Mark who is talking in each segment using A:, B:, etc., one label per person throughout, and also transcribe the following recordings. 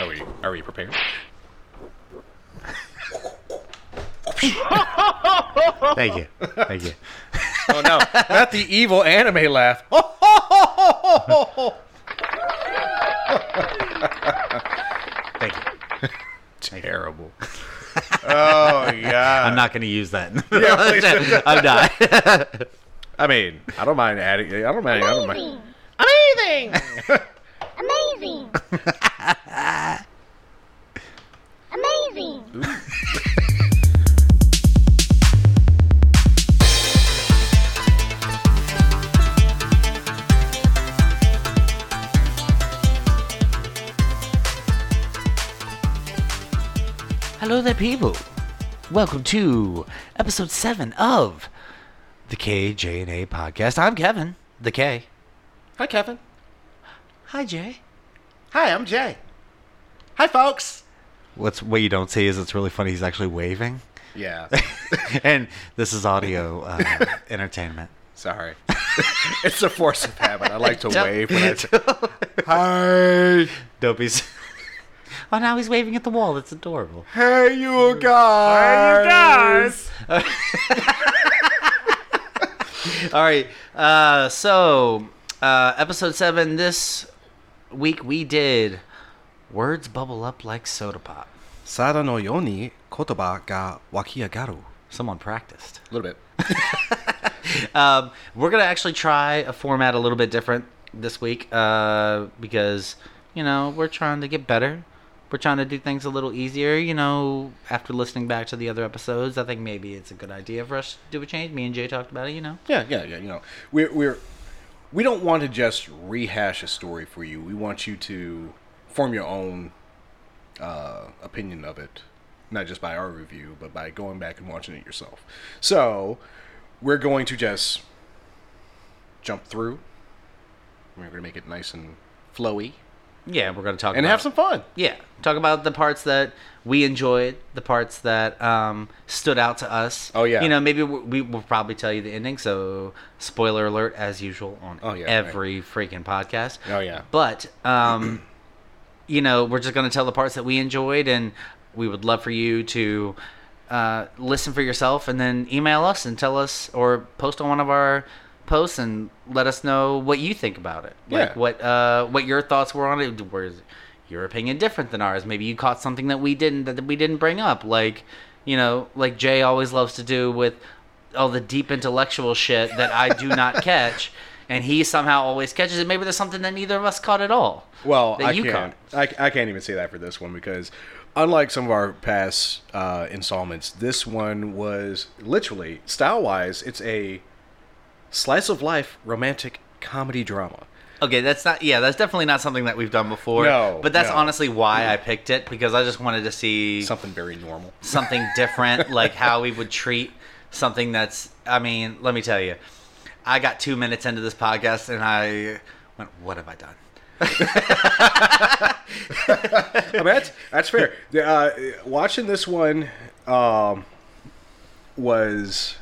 A: Are we are we prepared?
B: Thank you. Thank you.
A: Oh no,
C: Not the evil anime laugh.
B: Thank you.
A: terrible.
C: Oh yeah.
B: I'm not going to use that.
C: please don't.
B: I'm not.
A: I mean,
C: I don't mind adding. I don't mind. I don't mind.
D: Amazing! Amazing! Amazing! Amazing!
B: Hello there, people. Welcome to episode seven of the KJ&A podcast. I'm Kevin, the K.
C: Hi, Kevin.
B: Hi, Jay.
C: Hi, I'm Jay. Hi, folks.
B: What's what you don't see is it's really funny. He's actually waving,
C: Yeah.
B: and this is audio uh, entertainment.
C: Sorry. it's a force of habit. I like to
B: Don't-
C: wave when I Hi.
B: Dopey's. oh, now he's waving at the wall. That's adorable.
C: Hey, you guys.
B: All right. Uh, so, uh, episode seven this week we did words bubble up like soda pop.
C: Sara no yoni kotoba ga wakiagaru.
B: Someone practiced.
C: A little bit.
B: Um, we're gonna actually try a format a little bit different this week uh, because you know we're trying to get better. We're trying to do things a little easier. You know, after listening back to the other episodes, I think maybe it's a good idea for us to do a change. Me and Jay talked about it. You know.
C: Yeah, yeah, yeah. You know, we're we're we don't want to just rehash a story for you. We want you to form your own uh, opinion of it, not just by our review, but by going back and watching it yourself. So we're going to just jump through. We're going to make it nice and flowy
B: Yeah, we're gonna talk
C: and
B: about
C: have
B: it.
C: some fun.
B: Yeah, talk about the parts that we enjoyed, the parts that um, stood out to us.
C: Oh, yeah.
B: you know maybe we, we will probably tell you the ending. So spoiler alert, as usual on
C: Oh, yeah,
B: every freaking podcast.
C: Oh, yeah.
B: but um, you know we're just gonna tell the parts that we enjoyed, and we would love for you to uh, listen for yourself, and then email us and tell us, or post on one of our posts and let us know what you think about it. Like
C: Yeah.
B: what what uh, what your thoughts were on it. Was your opinion different than ours? Maybe you caught something that we didn't that we didn't bring up. Like you know, like Jay always loves to do with all the deep intellectual shit that I do not catch, and he somehow always catches it. Maybe there's something that neither of us caught at all.
C: Well,
B: that
C: I
B: you
C: can't. I, I can't even say that for this one because, unlike some of our past uh, installments, this one was literally style-wise, it's a slice of life romantic comedy drama.
B: Okay, that's not. Yeah, that's definitely not something that we've done before.
C: No,
B: but that's
C: no.
B: honestly why I picked it because I just wanted to see
C: Something very normal.
B: something different, like how we would treat something that's. I mean, let me tell you, I got two minutes into this podcast and I went, "What have I done?"
C: I mean, that's that's fair. The, Uh, watching this one um, was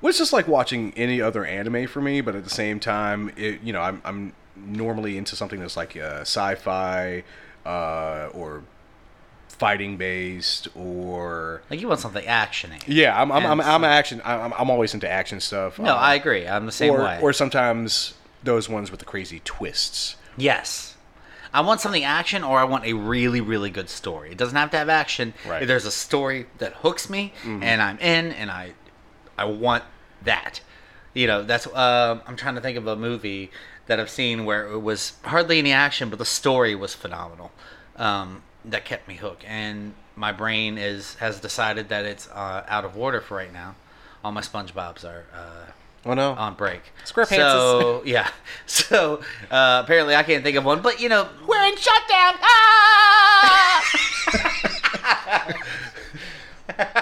C: was just like watching any other anime for me, but at the same time, it, you know, I'm I'm normally into something that's like uh, sci-fi uh, or fighting based or
B: Like you want something actiony.
C: yeah, I'm I'm, I'm,
B: And
C: I'm action. I'm, I'm always into action stuff.
B: No,
C: um,
B: I agree. I'm the same
C: or,
B: way.
C: Or sometimes those ones with the crazy twists.
B: yes. I want something action, or I want a really, really good story. It doesn't have to have action.
C: Right.
B: If there's a story that hooks me, and I'm in, and I, I want that. You know, that's. um I'm trying to think of a movie that I've seen where it was hardly any action, but the story was phenomenal. Um, that kept me hooked, and my brain is has decided that it's uh, out of order for right now. All my SpongeBob's are uh,
C: Oh no.
B: on break.
A: Squarepants
B: So yeah. So uh, apparently I can't think of one, but you know we're in shutdown. Ah!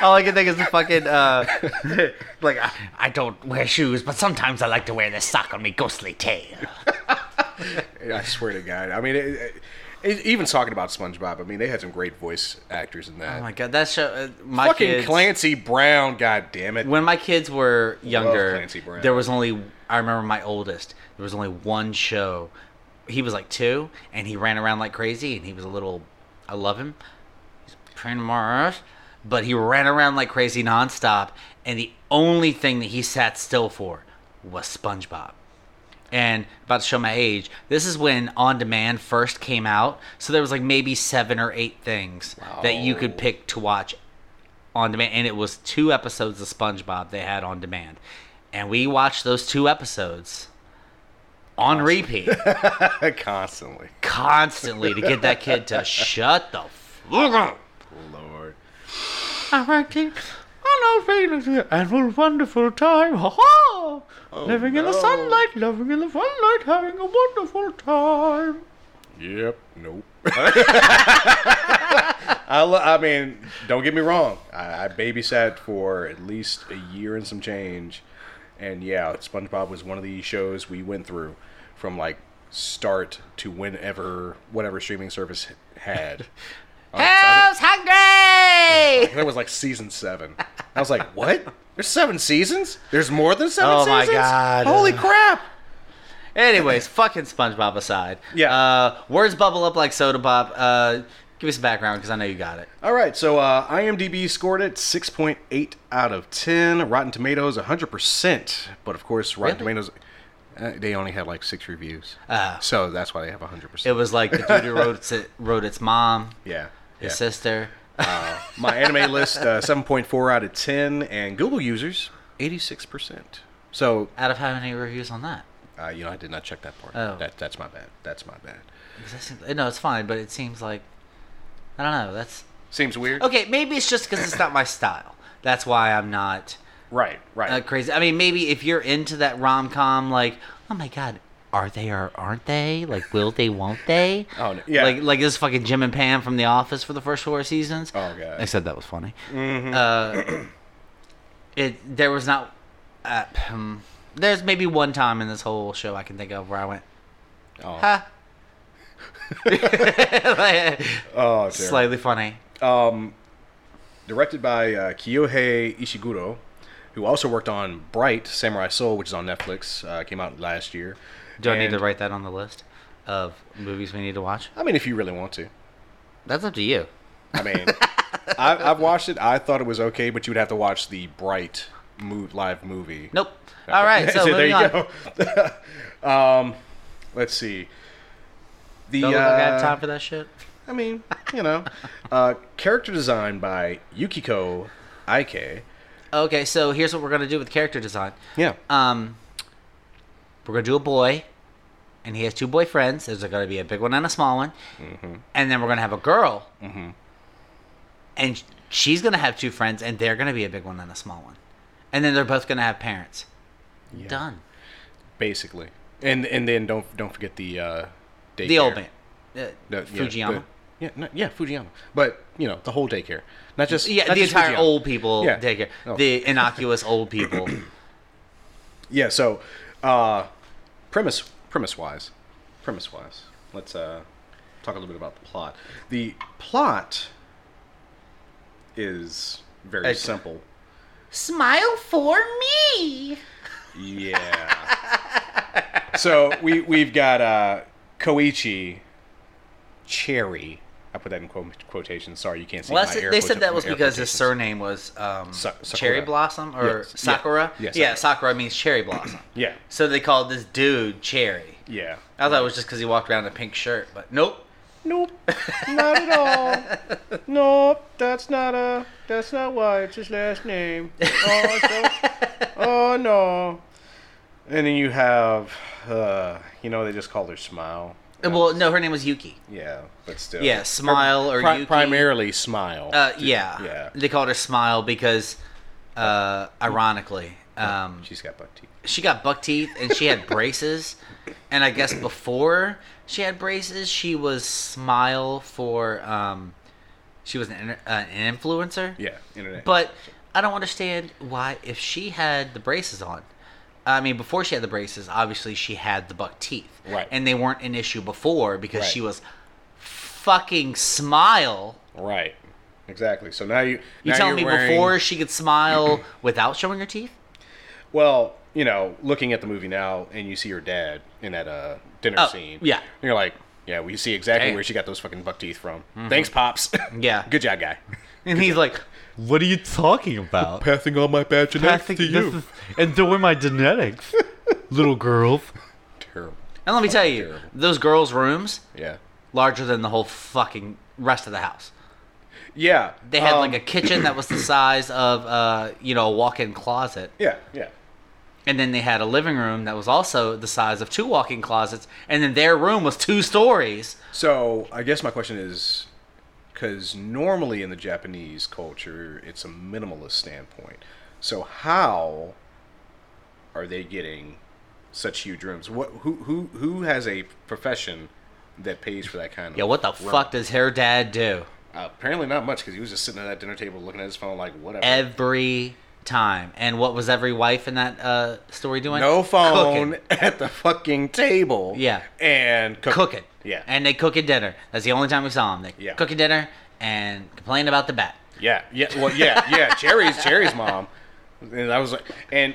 B: All I can think is the fucking uh, like I, I don't wear shoes, but sometimes I like to wear this sock on me ghostly tail.
C: I swear to God. I mean, it, it, it- even talking about SpongeBob, I mean, they had some great voice actors in that.
B: Oh my god, that show. Uh, my
C: Fucking
B: kids,
C: Clancy Brown, God damn it.
B: when my kids were younger,
C: Clancy Brown.
B: there was only I remember my oldest. There was only one show. He was like two, and he ran around like crazy, and he was a little. I love him. He's a train to Mars, but he ran around like crazy nonstop, and the only thing that he sat still for was SpongeBob. And about to show my age, this is when on demand first came out, so there was like maybe seven or eight things that you could pick to watch on demand, and it was two episodes of SpongeBob they had on demand, and we watched those two episodes on repeat
C: Constantly.
B: constantly to get that kid to shut the fuck up.
C: Lord.
B: I worked in- I know feelings and what a wonderful time, ha ha!
E: Oh,
B: Living in the
C: no.
B: sunlight, loving in the sunlight, having a wonderful time.
C: Yep. Nope. I, lo- I mean, don't get me wrong. I, I babysat for at least a year and some change. And yeah, SpongeBob was one of the shows we went through from like start to whenever, whatever streaming service had. On- I
B: Hell's hungry!
C: think That was like season seven. I was like, what? There's seven seasons? There's more than seven
B: Oh my
C: seasons?
B: God.
C: Holy crap.
B: Anyways, fucking SpongeBob aside.
C: Yeah.
B: Uh, words bubble up like soda pop. Uh, give me some background because I know you got it.
C: All right, so uh, IMDb scored it 6.8 out of 10. Rotten Tomatoes 100%. But of course, Rotten
B: Really?
C: Tomatoes, uh, they only had like six reviews.
B: Ah.
C: so that's why they have 100%.
B: It was like the dude who wrote it, wrote its mom,
C: yeah.
B: his
C: yeah.
B: sister.
C: Uh, my anime list uh, 7.4 out of 10. And Google users 86%. So,
B: Out of how many reviews on that?
C: uh, you know, I did not check that part.
B: Oh.
C: That, that's my bad. That's my bad.
B: 'Cause that seems- no, it's fine, but it seems like I don't know. That's
C: Seems weird.
B: okay. Maybe it's just because it's not my style. That's why I'm not
C: Right, right.
B: uh, crazy. I mean, maybe if you're into that rom com, like, oh my god, are they or aren't they? Like, will they? Won't they?
C: Oh, no. Yeah.
B: Like, like this fucking Jim and Pam from The Office for the first four seasons.
C: Oh, God. Mm-hmm.
B: I said that was funny. Uh, it there was not. Uh, hmm, there's maybe one time in this whole show I can think of where I went,
C: Oh.
B: huh? Like,
C: Oh, dear.
B: slightly funny.
C: directed by uh, Kiyohei Ishiguro, who also worked on Bright Samurai Soul, which is on Netflix. Uh, came out last year.
B: Do I need to
C: And-
B: write that on the list of movies we need to watch?
C: I mean, if you really want to.
B: That's up to you.
C: I mean, I, I've watched it. I thought it was okay, but you would have to watch the Bright move, live movie.
B: Nope. All right. So,
C: there
B: moving
C: you
B: on.
C: go. um, let's see. The
B: Don't look like I
C: uh,
B: have time for that shit.
C: I mean, you know, uh, character design by Yukiko Ike.
B: Okay, so here's what we're gonna do with character design.
C: Yeah.
B: Um, we're gonna do a boy, and he has two boyfriends. There's gonna be a big one and a small one,
C: Mm-hmm.
B: and then we're gonna have a girl, and she's gonna have two friends, and they're gonna be a big one and a small one, and then they're both gonna have parents. Done.
C: basically. And and then don't don't forget the uh, daycare.
B: The old man, uh,
C: The- yeah,
B: Fujiyama.
C: the- yeah, no, yeah, Fujiyama. But you know the whole daycare, not just
B: yeah,
C: not
B: the
C: just
B: entire
C: Fujiyama.
B: old people
C: Yeah.
B: take care.
C: Oh.
B: The innocuous old people.
C: Yeah. So, uh, premise premise wise, premise wise, let's uh, talk a little bit about the plot. The plot is very
B: Okay.
C: simple.
B: Smile for me.
C: Yeah. so we we've got uh, Koichi Cherry. I put that in quote, quotations. Sorry, you can't see.
B: Well,
C: my
B: that's,
C: air
B: they
C: quotes-
B: said that was
C: air
B: because his
C: quotations.
B: surname was um,
C: Sa- Sakura.
B: Cherry Blossom or
C: Yes. Yeah.
B: Sakura.
C: Yeah,
B: yeah,
C: Sakura.
B: Sakura means cherry blossom.
C: Yeah.
B: So they called this dude Cherry.
C: Yeah.
B: I thought it was just because he walked around in a pink shirt, but nope.
C: Nope. Not at all. Nope. That's not a. That's not why. It's his last name. Oh, so, oh no. And then you have, uh, you know, they just call her Smile.
B: Uh, Well, no, her name was Yuki.
C: Yeah, but still.
B: Yeah, Smile or
C: Pri-
B: Yuki.
C: primarily Smile.
B: Uh, yeah.
C: yeah.
B: They called her Smile because, uh, ironically, Um,
C: She's got buck teeth.
B: she got buck teeth and she had braces and i guess before she had braces she was smile for um she was an, inter- uh, an influencer
C: Yeah, internet.
B: but i don't understand why if she had the braces on i mean before she had the braces obviously she had the buck teeth
A: Right.
B: and they weren't an issue before because
A: Right.
B: she was fucking smile
A: Right.
C: exactly. So now you
B: you
C: now
B: telling
C: you're
B: me
C: wearing-
B: before she could smile without showing her teeth
C: Well, you know, looking at the movie now, and you see her dad in that uh, dinner
B: Oh,
C: scene.
B: yeah.
C: And you're like, yeah, we see exactly
B: Damn.
C: where she got those fucking buck teeth from. Thanks, pops.
B: Mm-hmm. Yeah.
C: Good job, guy.
B: and he's like
E: What are you talking about?
C: Passing on my bad genetics
E: Passing- this is- and doing my genetics, little girls.
C: Terrible.
B: and let me tell you those girls rooms
C: Yeah.
B: larger than the whole fucking rest of the house.
C: Yeah.
B: They had
C: um,
B: like a kitchen that was the size of uh, you know, a walk-in closet.
C: Yeah. Yeah.
B: And then they had a living room that was also the size of two walk-in closets, and then their room was two stories.
C: So I guess my question is, because normally in the Japanese culture, it's a minimalist standpoint. So how are they getting such huge rooms? What who who who has a profession that pays for that kind of?
B: Yeah, what the
C: room?
B: fuck does her dad do?
C: Uh, apparently not much because he was just sitting at that dinner table looking at his phone like whatever.
B: Every time. And what was every wife in that uh story doing?
C: no phone
B: Cooking.
C: at the fucking table.
B: Yeah.
C: and cook,
B: Cooking.
C: Yeah,
B: And they cooking dinner. That's the only time we saw them. They
C: Yeah.
B: cooking dinner and complain about the bat.
C: Yeah, yeah, well, yeah, yeah. Jerry's Jerry's mom, and I was like, and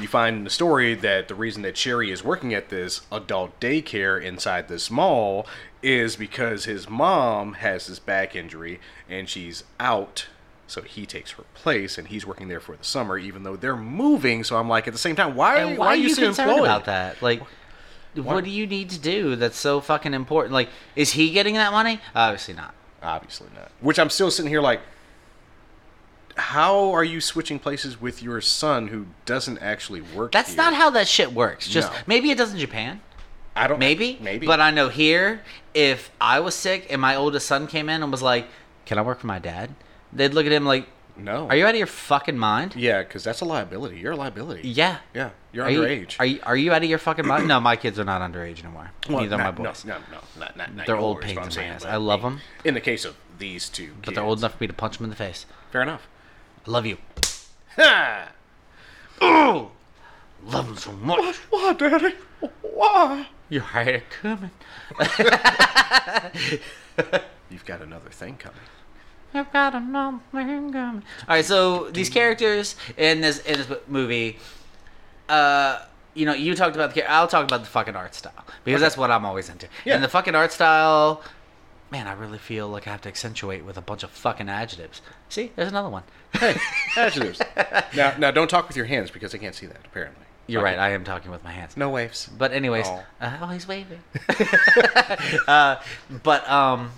C: you find in the story that the reason that Jerry is working at this adult daycare inside this mall is because his mom has this back injury and she's out, so he takes her place, and he's working there for the summer, even though they're moving. So I'm like, at the same time, why,
B: And
C: why, are you, so
B: concerned
C: employed?
B: about that? Like, what do you need to do that's so fucking important? Like, is he getting that money? Obviously not.
C: Obviously not. Which I'm still sitting here like, how are you switching places with your son who doesn't actually work?
B: That's
C: here?
B: not how that shit works. Just
C: No.
B: maybe it does in Japan.
C: I don't
B: Maybe.
C: maybe
B: But I know here, if I was sick and my oldest son came in and was like, "Can I work for my dad?" They'd look at him like,
C: no.
B: "Are you out of your fucking mind?"
C: Yeah, because that's a liability. You're a liability.
B: Yeah.
C: Yeah, you're
B: Are you,
C: underage.
B: Are you are you out of your fucking mind? No, my kids are not underage anymore.
C: Well,
B: Neither are my
C: not-
B: boys.
C: No, no, no, not, not, not
B: They're
C: yours,
B: old
C: but
B: pains
C: I'm
B: in my
C: saying,
B: ass.
C: but
B: I love 'em.
C: In the case of these two, kids.
B: But they're old enough for me to punch them in the face.
C: Fair enough.
B: I love you.
C: Ha!
B: Love them so much.
C: Why, Daddy? Why?
B: You're hired at coming.
C: You've got another thing coming.
B: I've got a number coming. All right, so these characters in this in this movie, uh, you know, you talked about the. char- I'll talk about the fucking art style because that's what I'm always into.
C: Yeah.
B: And the fucking art style, man, I really feel like I have to accentuate with a bunch of fucking adjectives. See, there's another one.
C: Hey, adjectives. now, now, don't talk with your hands because I can't see that. Apparently,
B: You're right. I am talking with my hands.
C: no waves.
B: But anyways,
C: Oh.
B: uh, oh, he's waving. uh, but um,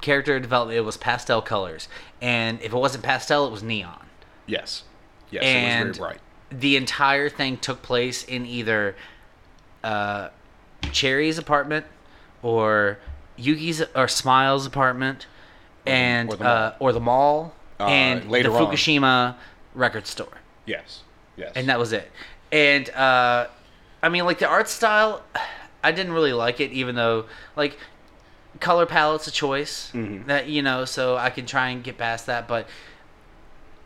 B: character development it was pastel colors, and if it wasn't pastel, it was neon.
C: Yes, yes,
B: and
C: it was very bright.
B: the entire thing took place in either uh, Cherry's apartment or Yuki's or Smile's apartment, and
C: or the
B: uh, or the mall,
C: Uh,
B: and
C: later
B: the
C: on.
B: Fukushima record store
C: Yes, yes.
B: and that was it. And uh, I mean, like the art style, I didn't really like it, even though like color palette's a choice
C: Mm-hmm.
B: that you know, so I can try and get past that. But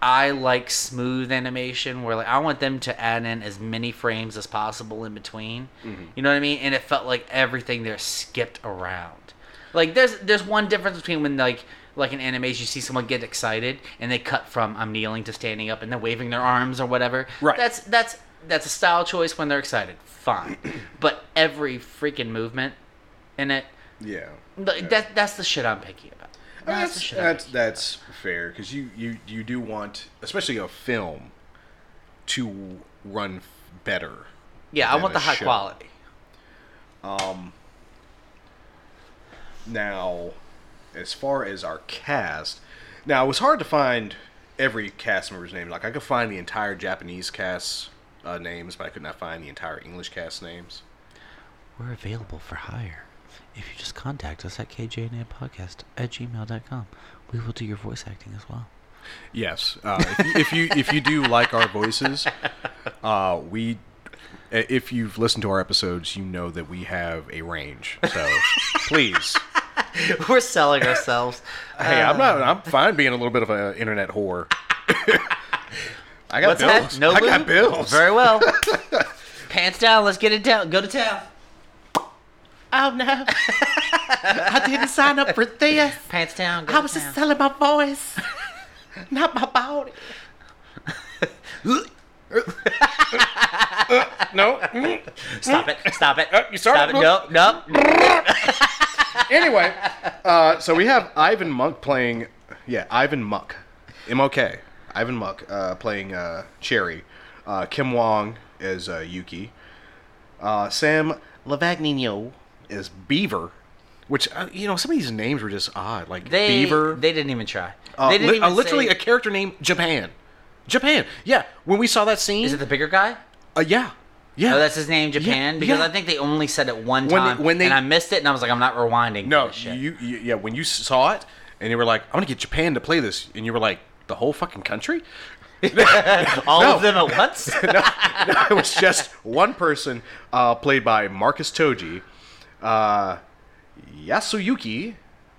B: I like smooth animation where like I want them to add in as many frames as possible in between.
C: Mm-hmm.
B: You know what I mean? And it felt like everything there skipped around. Like there's there's one difference between when like like in animes you see someone get excited and they cut from I'm kneeling to standing up and then waving their arms or whatever.
C: Right.
B: That's that's that's a style choice when they're excited. Fine. but every freaking movement in it
C: yeah.
B: th- that that's the shit I'm picky about. the
C: That's
B: shit I'm
C: that's,
B: picky
C: that's fair because you, you you do want especially a film to run f- better.
B: Yeah, I
C: than
B: want
C: a
B: the high
C: show.
B: quality.
C: Now, as far as our cast, now it was hard to find every cast member's name. Like I could find the entire Japanese cast uh, names, but I could not find the entire English cast names.
B: We're available for hire. If you just contact us at kjnapodcast at gmail.com, we will do your voice acting as well.
C: Yes, uh, if, you, if you if you do like our voices, uh, we uh, if you've listened to our episodes, you know that we have a range. So please,
B: We're selling ourselves.
C: hey, I'm not I'm fine being a little bit of an internet whore. I got
B: What's
C: bills.
B: that? No
C: I got
B: lube?
C: bills.
B: Very well. Pants down. Let's get it down. Go to town.
F: Oh no. I didn't sign up for this.
B: Pants down. Go
F: I
B: to
F: was
B: town.
F: just selling my voice, not my body.
C: no. mm,
B: Stop it. Stop it.
C: Oh, you started-
B: Stop it. Nope. Nope.
C: anyway, uh, so we have Ivan Monk playing. Yeah, Ivan Muck, M O K. Ivan Muck uh, playing uh, Cherry. Uh, Kim Wong is uh, Yuki. Uh, Sam
F: Lavagnino.
C: is Beaver, which uh, you know some of these names were just odd, like
B: They,
C: Beaver.
B: They didn't even try.
C: uh,
B: they didn't
C: li- uh,
B: even
C: literally
B: say-
C: a character named Japan. Japan. Yeah. When we saw that scene.
B: Is it the bigger guy?
C: uh, yeah. Yeah.
B: Oh, that's his name, Japan. because
C: yeah.
B: I think they only said it one
C: When they-
B: time,
C: when they-
B: and I missed it, and I was like, I'm not rewinding.
C: No,
B: for this shit.
C: you, you yeah, when you saw it and you were like, I'm gonna get Japan to play this, and you were like, the whole fucking country?
B: all
C: no.
B: of them at once.
C: it was just one person, uh, played by Marcus Toji, uh, Yasuyuki,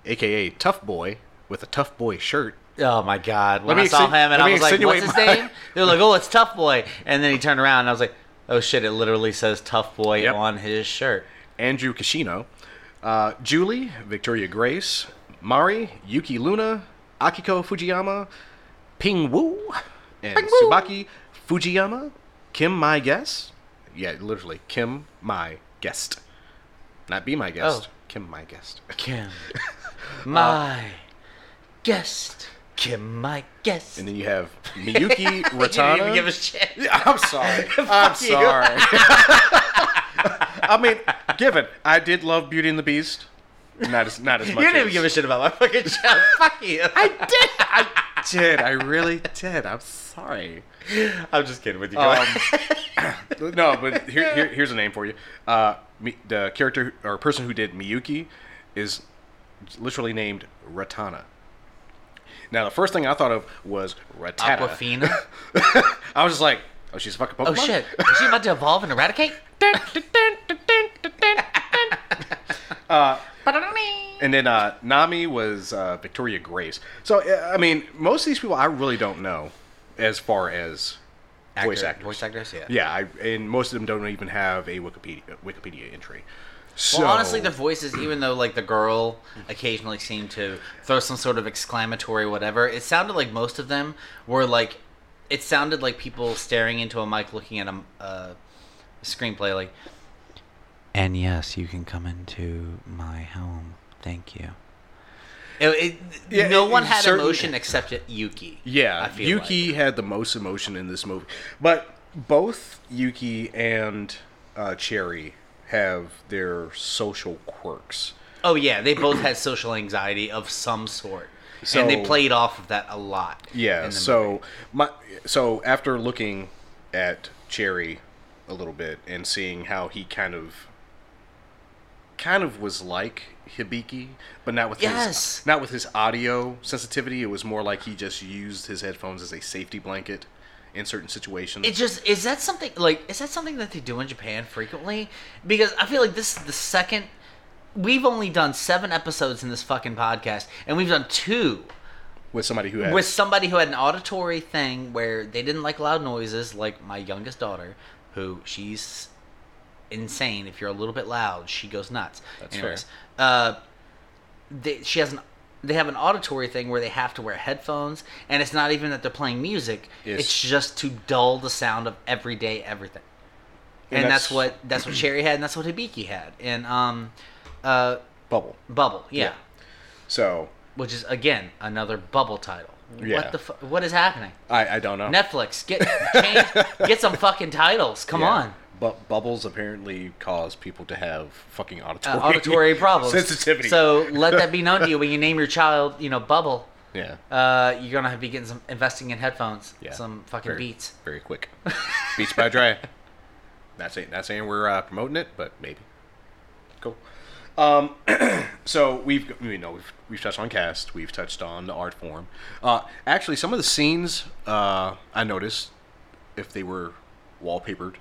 C: aka Tough Boy, with a Tough Boy shirt.
B: Oh my god! When
C: me
B: I saw
C: exi-
B: him,
C: let
B: and I
C: me
B: was like, "What's
C: extenuate my-
B: his name?" They were like, "Oh, it's Tough Boy," and then he turned around, and I was like, "Oh shit!" It literally says Tough Boy
C: Yep.
B: on his shirt.
C: Andrew Kishino, uh, Julie, Victoria Grace, Mari, Yuki Luna, Akiko Fujiyama, Ping Wu, and Subaki Fujiyama, Kim My Guest. Yeah, literally, Kim My Guest. Not Be My Guest,
B: Oh.
C: Kim My Guest.
B: Kim, Uh, my guest. Kim, my guest.
C: And then you have Miyuki
B: You didn't even
C: Ratana.
B: give a shit.
C: I'm sorry. I'm
B: Fuck you.
C: sorry. I mean, given I did love Beauty and the Beast, not as not as much.
B: You didn't
C: as,
B: even give a shit about my fucking job. Fuck you. I did. I,
C: did. I really did. I'm sorry.
B: I'm just kidding with you.
C: Um, no, but here, here, here's a name for you. Uh, Mi- the character or person who did Miyuki is literally named Ratana. Now, the first thing I thought of was Ratata.
B: Aquafina.
C: I was just like, oh, she's a fucking Pokemon.
B: Oh shit! Is she about to evolve and eradicate? Uh,
C: And then uh, Nami was uh, Victoria Grace. So, uh, I mean, most of these people I really don't know as far as voice
B: Actor-
C: actors.
B: Voice actors. Yeah.
C: Yeah, I, and most of them don't even have a Wikipedia Wikipedia entry. So
B: Well, honestly, the voices, even though like the girl occasionally seemed to throw some sort of exclamatory whatever, it sounded like most of them were like, it sounded like people staring into a mic, looking at a uh, screenplay, like. And yes, you can come into my home. Thank you. It, it-
C: Yeah,
B: no
C: it-
B: one had
C: certain-
B: emotion except Yuki.
C: yeah, Yuki
B: like.
C: had the most emotion in this movie, but both Yuki and uh, Cherry have their social quirks.
B: Oh yeah, they both had social anxiety of some sort,
C: So-
B: and they played off of that a lot.
C: Yeah.
B: in the
C: So my so after looking at Cherry a little bit and seeing how he kind of kind of was like Hibiki, but not with
B: Yes.
C: his not with his audio sensitivity. It was more like he just used his headphones as a safety blanket in certain situations.
B: It just is that something like is that something that they do in Japan frequently? Because I feel like this is the second we've only done seven episodes in this fucking podcast, and we've done two
C: with somebody who has
B: with somebody who had an auditory thing where they didn't like loud noises, like my youngest daughter, who she's insane. If you're a little bit loud, she goes nuts. That's
C: fair.
B: Uh, they, she has an. They have an auditory thing where they have to wear headphones, and it's not even that they're playing music.
C: Yes.
B: It's just to dull the sound of everyday everything. And,
C: And
B: that's,
C: that's-
B: what that's what Cherry had, and that's what Hibiki had, and um, uh,
C: bubble.
B: Bubble, yeah.
C: So
B: Which is again another Bubble title.
C: Yeah.
B: What the fu- what is happening?
C: I, I don't know.
B: Netflix, get change, get some fucking titles. Come
C: Yeah.
B: on.
C: But bubbles apparently cause people to have fucking auditory
B: Uh, auditory problems.
C: sensitivity.
B: So let that be known to you when you name your child, you know, Bubble.
C: yeah.
B: Uh, you're gonna be getting some investing in headphones, some fucking
C: very,
B: beats.
C: Very quick. Beats by Dre. Not saying not saying we're uh, promoting it, but maybe. Cool. So we've you know we've we've touched on cast, we've touched on the art form. Uh, actually, some of the scenes uh, I noticed, if they were wallpapered,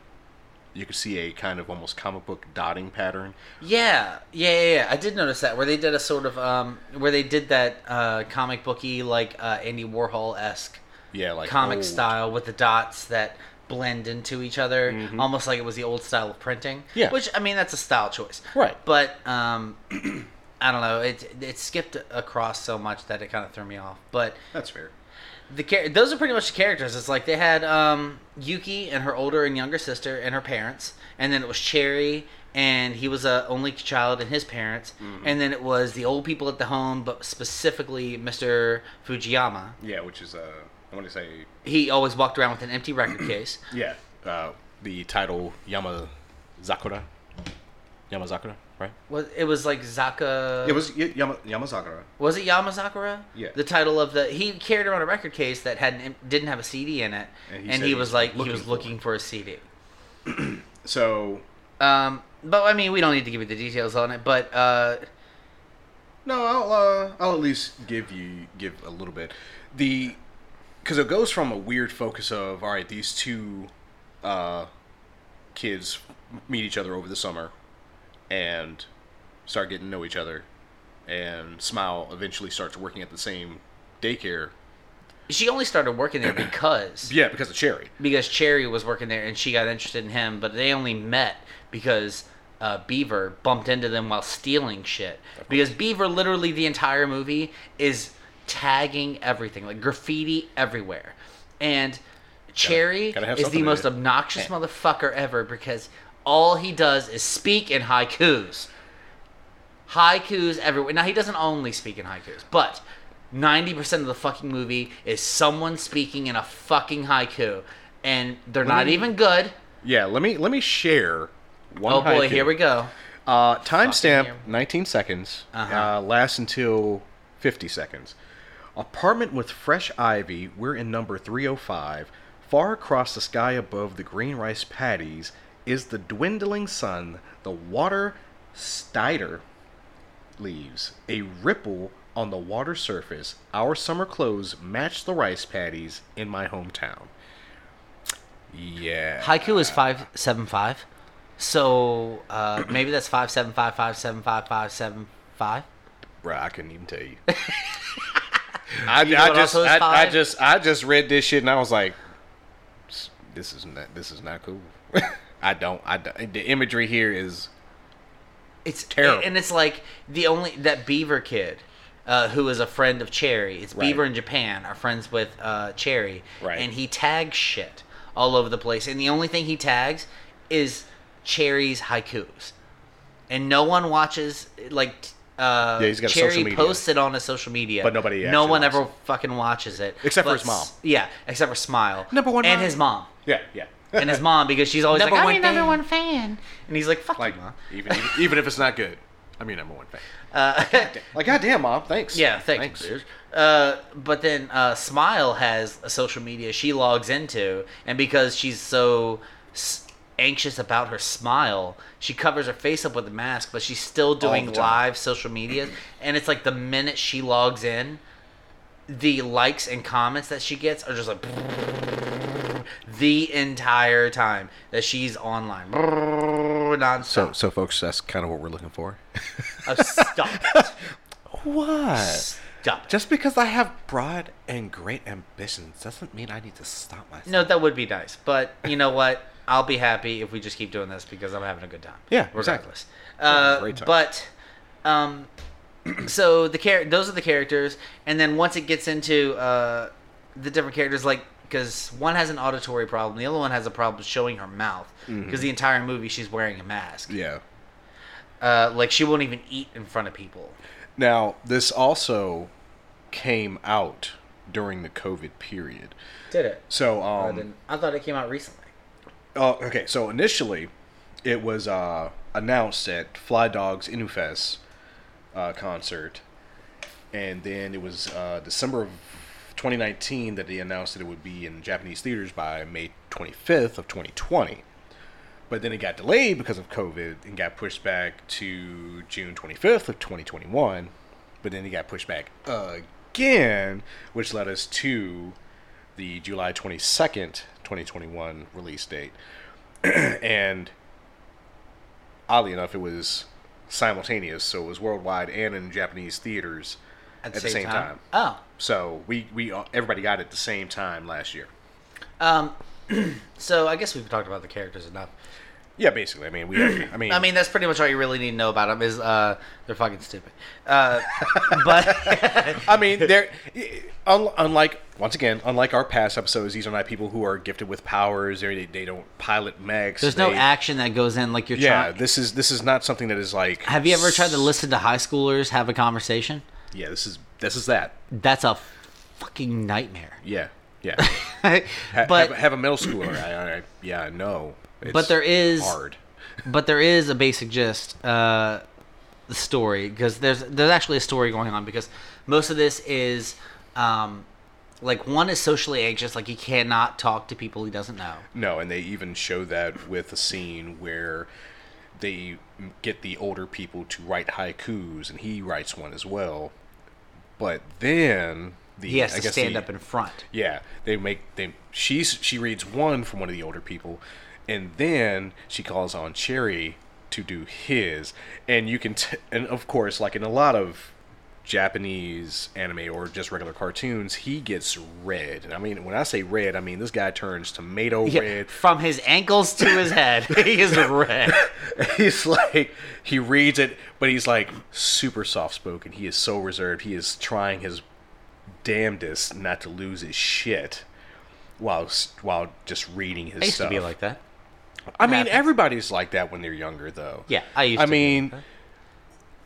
C: you could see a kind of almost comic book dotting pattern.
B: Yeah, yeah, yeah, yeah. I did notice that where they did a sort of um, where they did that uh, comic booky like uh, Andy Warhol esque
C: Yeah, like
B: comic
C: old-
B: style with the dots that blend into each other, almost like it was the old style of printing.
C: Mm-hmm. Yeah.
B: which I mean that's a style choice,
C: Right.
B: But um, I don't know. It it skipped across so much that it kind of threw me off. But
C: That's fair.
B: the char- those are pretty much the characters. It's like they had um, Yuki and her older and younger sister and her parents, and then it was Cherry and he was a only child and his parents,
C: Mm-hmm.
B: and then it was the old people at the home, but specifically Mr. Fujiyama.
C: Yeah, which is uh, I want to say
B: He always walked around with an empty record case.
C: yeah, uh, the title Yama Zakura, Yama Zakura, right?
B: Was it was like Zaka?
C: It was y- Yama Yama Zakura.
B: Was it Yamazakura?
C: Yeah.
B: The title of the he carried around a record case that had an, didn't have a CD in it,
C: And
B: and
C: he
B: he,
C: said he
B: was
C: was
B: like he
C: looking
B: was
C: for
B: looking for a CD.
C: So
B: Um, but I mean, we don't need to give you the details on it. But uh,
C: No, I'll uh, I'll at least give you give a little bit. The because it goes from a weird focus of all right, these two uh, kids meet each other over the summer and start getting to know each other, and Smile eventually starts working at the same daycare.
B: she only started working there because
C: Yeah, because of Cherry.
B: because Cherry was working there and she got interested in him. But they only met because uh, Beaver bumped into them while stealing shit. Because Beaver literally the entire movie is tagging everything like graffiti everywhere, and Cherry
C: gotta have
B: is
C: something
B: the
C: to
B: most
C: do.
B: obnoxious motherfucker ever because all he does is speak in haikus. haikus everywhere. Now he doesn't only speak in haikus, but ninety percent of the fucking movie is someone speaking in a fucking haiku, and they're not even good.
C: Yeah, let me let me share. one.
B: Oh boy,
C: haiku.
B: here we go.
C: Uh, timestamp
B: here.
C: 19 seconds.
B: Uh-huh.
C: Uh, lasts until 50 seconds. Apartment with fresh ivy. We're in number 305. Far across the sky above the green rice paddies is the dwindling sun. The water stider leaves a ripple on the water surface. Our summer clothes match the rice paddies in my hometown. Yeah.
B: Haiku is five seven five, so uh, maybe that's five seven five five seven five five seven five.
C: Bruh, I couldn't even tell you. I,
B: know
C: I
B: what
C: just,
B: also is
C: I, I
B: five?
C: just, I just read this shit and I was like, "S- "This is not, this is not cool." I don't, I don't- the imagery here is
B: It's
C: Terrible.
B: and it's like the only that Beaver kid, uh, who is a friend of Cherry. It's
C: Right.
B: Beaver in Japan are friends with uh, Cherry,
C: Right.
B: and he tags shit all over the place. And the only thing he tags is Cherry's haikus, and no one watches like. t- Uh,
C: Yeah, he's got a
B: Cherry
C: social media.
B: posts it on his social media,
C: But nobody
B: no
C: actually
B: one
C: watches
B: ever fucking watches it
C: Except for
B: But
C: his mom.
B: s- Yeah, except for Smile,
C: Number one
B: and
C: mom.
B: his mom,
C: yeah, yeah.
B: and his mom because she's always
F: Number
B: like,
F: one
B: "I'm your
F: fan."
B: number one fan," and he's like, "Fuck
C: like
B: you, mom."
C: even, even, even if it's not good, I'm your number one fan. Uh, like goddamn, mom, thanks.
B: Yeah, thanks. Uh, but then uh, Smile has a social media she logs into, and because she's so s- anxious about her smile, she covers her face up with a mask, but she's still doing
C: the time.
B: live social media, and it's like the minute she logs in, the likes and comments that she gets are just like the entire time that she's online, nonstop.
C: So, so folks, that's kind of what we're looking for.
B: Uh, stop. it.
C: What?
B: Stop. it.
C: Just because I have broad and great ambitions doesn't mean I need to stop myself.
B: No, that would be nice. But you know what? I'll be happy if we just keep doing this because I'm having a good time.
C: Yeah,
B: regardless.
C: having a
B: Uh,
C: great time.
B: But um, so the char- those are the characters, and then once it gets into uh, the different characters, like because one has an auditory problem, the other one has a problem showing her mouth because the entire movie she's wearing a mask.
C: Mm-hmm. Yeah.
B: Uh, like she won't even eat in front of people.
C: Now, this also came out during the COVID period.
B: Did it?
C: So,
B: I,
C: um,
B: didn't, I thought it came out recently.
C: oh, okay. So initially, it was uh, announced at Fly Dogs Inufest uh, concert, and then it was uh, December of 2019 that they announced that it would be in Japanese theaters by May 25th of 2020. But then it got delayed because of COVID and got pushed back to June 25th of 2021. But then it got pushed back again, which led us to the July 22nd, 2021 release date. and oddly enough, it was simultaneous, so it was worldwide and in Japanese theaters at, the same, time.
B: Oh.
C: So we we all- everybody got it at the same time last year.
B: Um, so I guess we've talked about the characters enough.
C: Yeah, basically. I mean, we. I mean,
B: I mean, that's pretty much all you really need to know about them is uh, they're fucking stupid. Uh, but
C: I mean, they're un- unlike once again, unlike our past episodes, these are not people who are gifted with powers. They they don't pilot mechs.
B: there's no
C: they-
B: action that goes in like you're
C: Yeah,
B: trying.
C: this is this is not something that is like.
B: Have you ever tried to listen to high schoolers have a conversation?
C: Yeah, this is this is that.
B: That's a fucking nightmare.
C: Yeah, yeah.
B: but
C: Ha- have, have a middle schooler. I, I, yeah, I know. It's
B: But there is-
C: hard.
B: but there is a basic gist uh story because there's there's actually a story going on because most of this is um like one is socially anxious like he cannot talk to people he doesn't know
C: No, and they even show that with a scene where they get the older people to write haikus, and he writes one as well. But then the
B: he has
C: I
B: to
C: guess
B: stand
C: the-
B: up in front
C: yeah they make they she's she reads one from one of the older people, and then she calls on Cherry to do his, and you can t- and of course like in a lot of Japanese anime or just regular cartoons, he gets red. And I mean, when I say red, I mean this guy turns tomato
B: Yeah,
C: red.
B: from his ankles to his head he is red
C: he's like he reads it but he's like super soft spoken he is so reserved he is trying his damnedest not to lose his shit while s- while just reading his
B: i used
C: stuff
B: to be like that
C: i mean everybody's like that when they're younger though
B: yeah i used
C: i
B: to
C: mean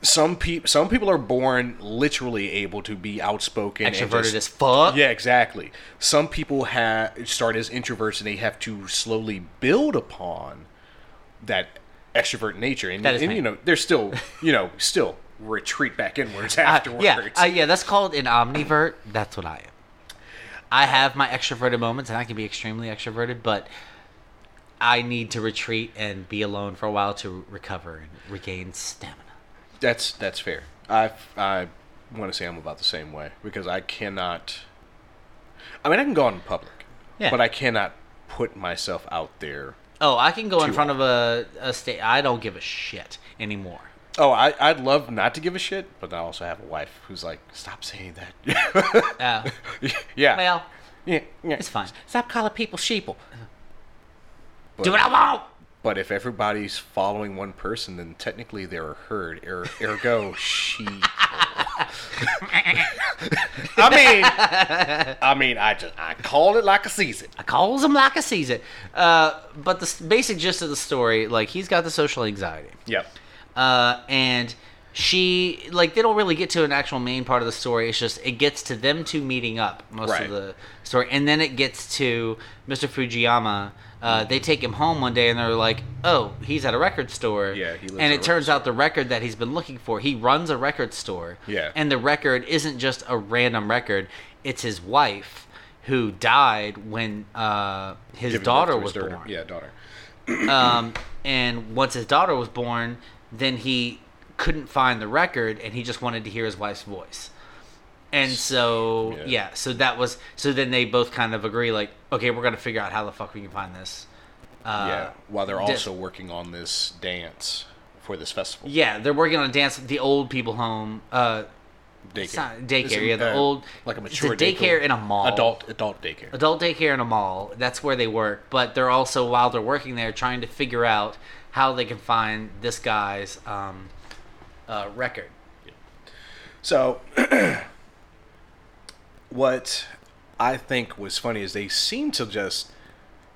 C: some people some people are born literally able to be outspoken
B: be
C: and
B: extroverted
C: just-
B: as fuck Uh,
C: yeah, exactly. Some people ha start as introverts and they have to slowly build upon that extrovert nature. And,
B: That is
C: and, you
B: me.
C: know, they're still, you know, still retreat back inwards
B: Uh,
C: afterwards.
B: yeah, uh, yeah, that's called an omnivert. That's what I am. I have my extroverted moments, and I can be extremely extroverted, but I need to retreat and be alone for a while to recover and regain stamina.
C: That's that's fair. I I want to say I'm about the same way because I cannot. I mean, I can go out in public,
B: Yeah.
C: but I cannot put myself out there.
B: Oh, I can go in
C: Too
B: front of a, a state. I don't give a shit anymore.
C: Oh, I, I'd love not to give a shit, but I also have a wife who's like, stop saying that.
B: Uh,
C: yeah.
B: well,
C: yeah, yeah.
B: it's fine.
F: Stop calling people sheeple.
B: Do what I want.
C: But if everybody's following one person, then technically they're a herd. Er, ergo, she. I mean, I mean, I just I called it like I sees it.
B: I calls him like I sees it. Uh, but the s- basic gist of the story, like he's got the social anxiety.
C: Yep.
B: uh, and she like they don't really get to an actual main part of the story. It's just it gets to them two meeting up most
C: Right.
B: of the story, and then it gets to Mr. Fujiyama. Uh, they take him home one day, and they're like, "Oh, he's at a record store."
C: Yeah, he lives at
B: and
C: a
B: it
C: record
B: turns out the record that he's been looking for, he runs a record store.
C: Yeah.
B: and the record isn't just a random record; it's his wife who died when uh, his
C: Giving birth
B: daughter
C: to his
B: was
C: daughter.
B: born
C: Yeah, daughter.
B: um, and once his daughter was born, then he couldn't find the record, and he just wanted to hear his wife's voice. And so,
C: Yeah.
B: yeah. so that was so. Then they both kind of agree, like, okay, we're gonna figure out how the fuck we can find this. Uh,
C: yeah. While they're
B: di-
C: also working on this dance for this festival.
B: yeah, they're working on a dance. The old people home, uh,
C: Daycare.
B: it's not
C: It's a-
B: daycare. Yeah, the
C: uh,
B: old
C: like a mature
B: it's a daycare in a mall.
C: Adult adult daycare.
B: adult daycare in a mall. That's where they work, but they're also while they're working there trying to figure out how they can find this guy's um, uh, record.
C: So, what I think was funny is they seem to just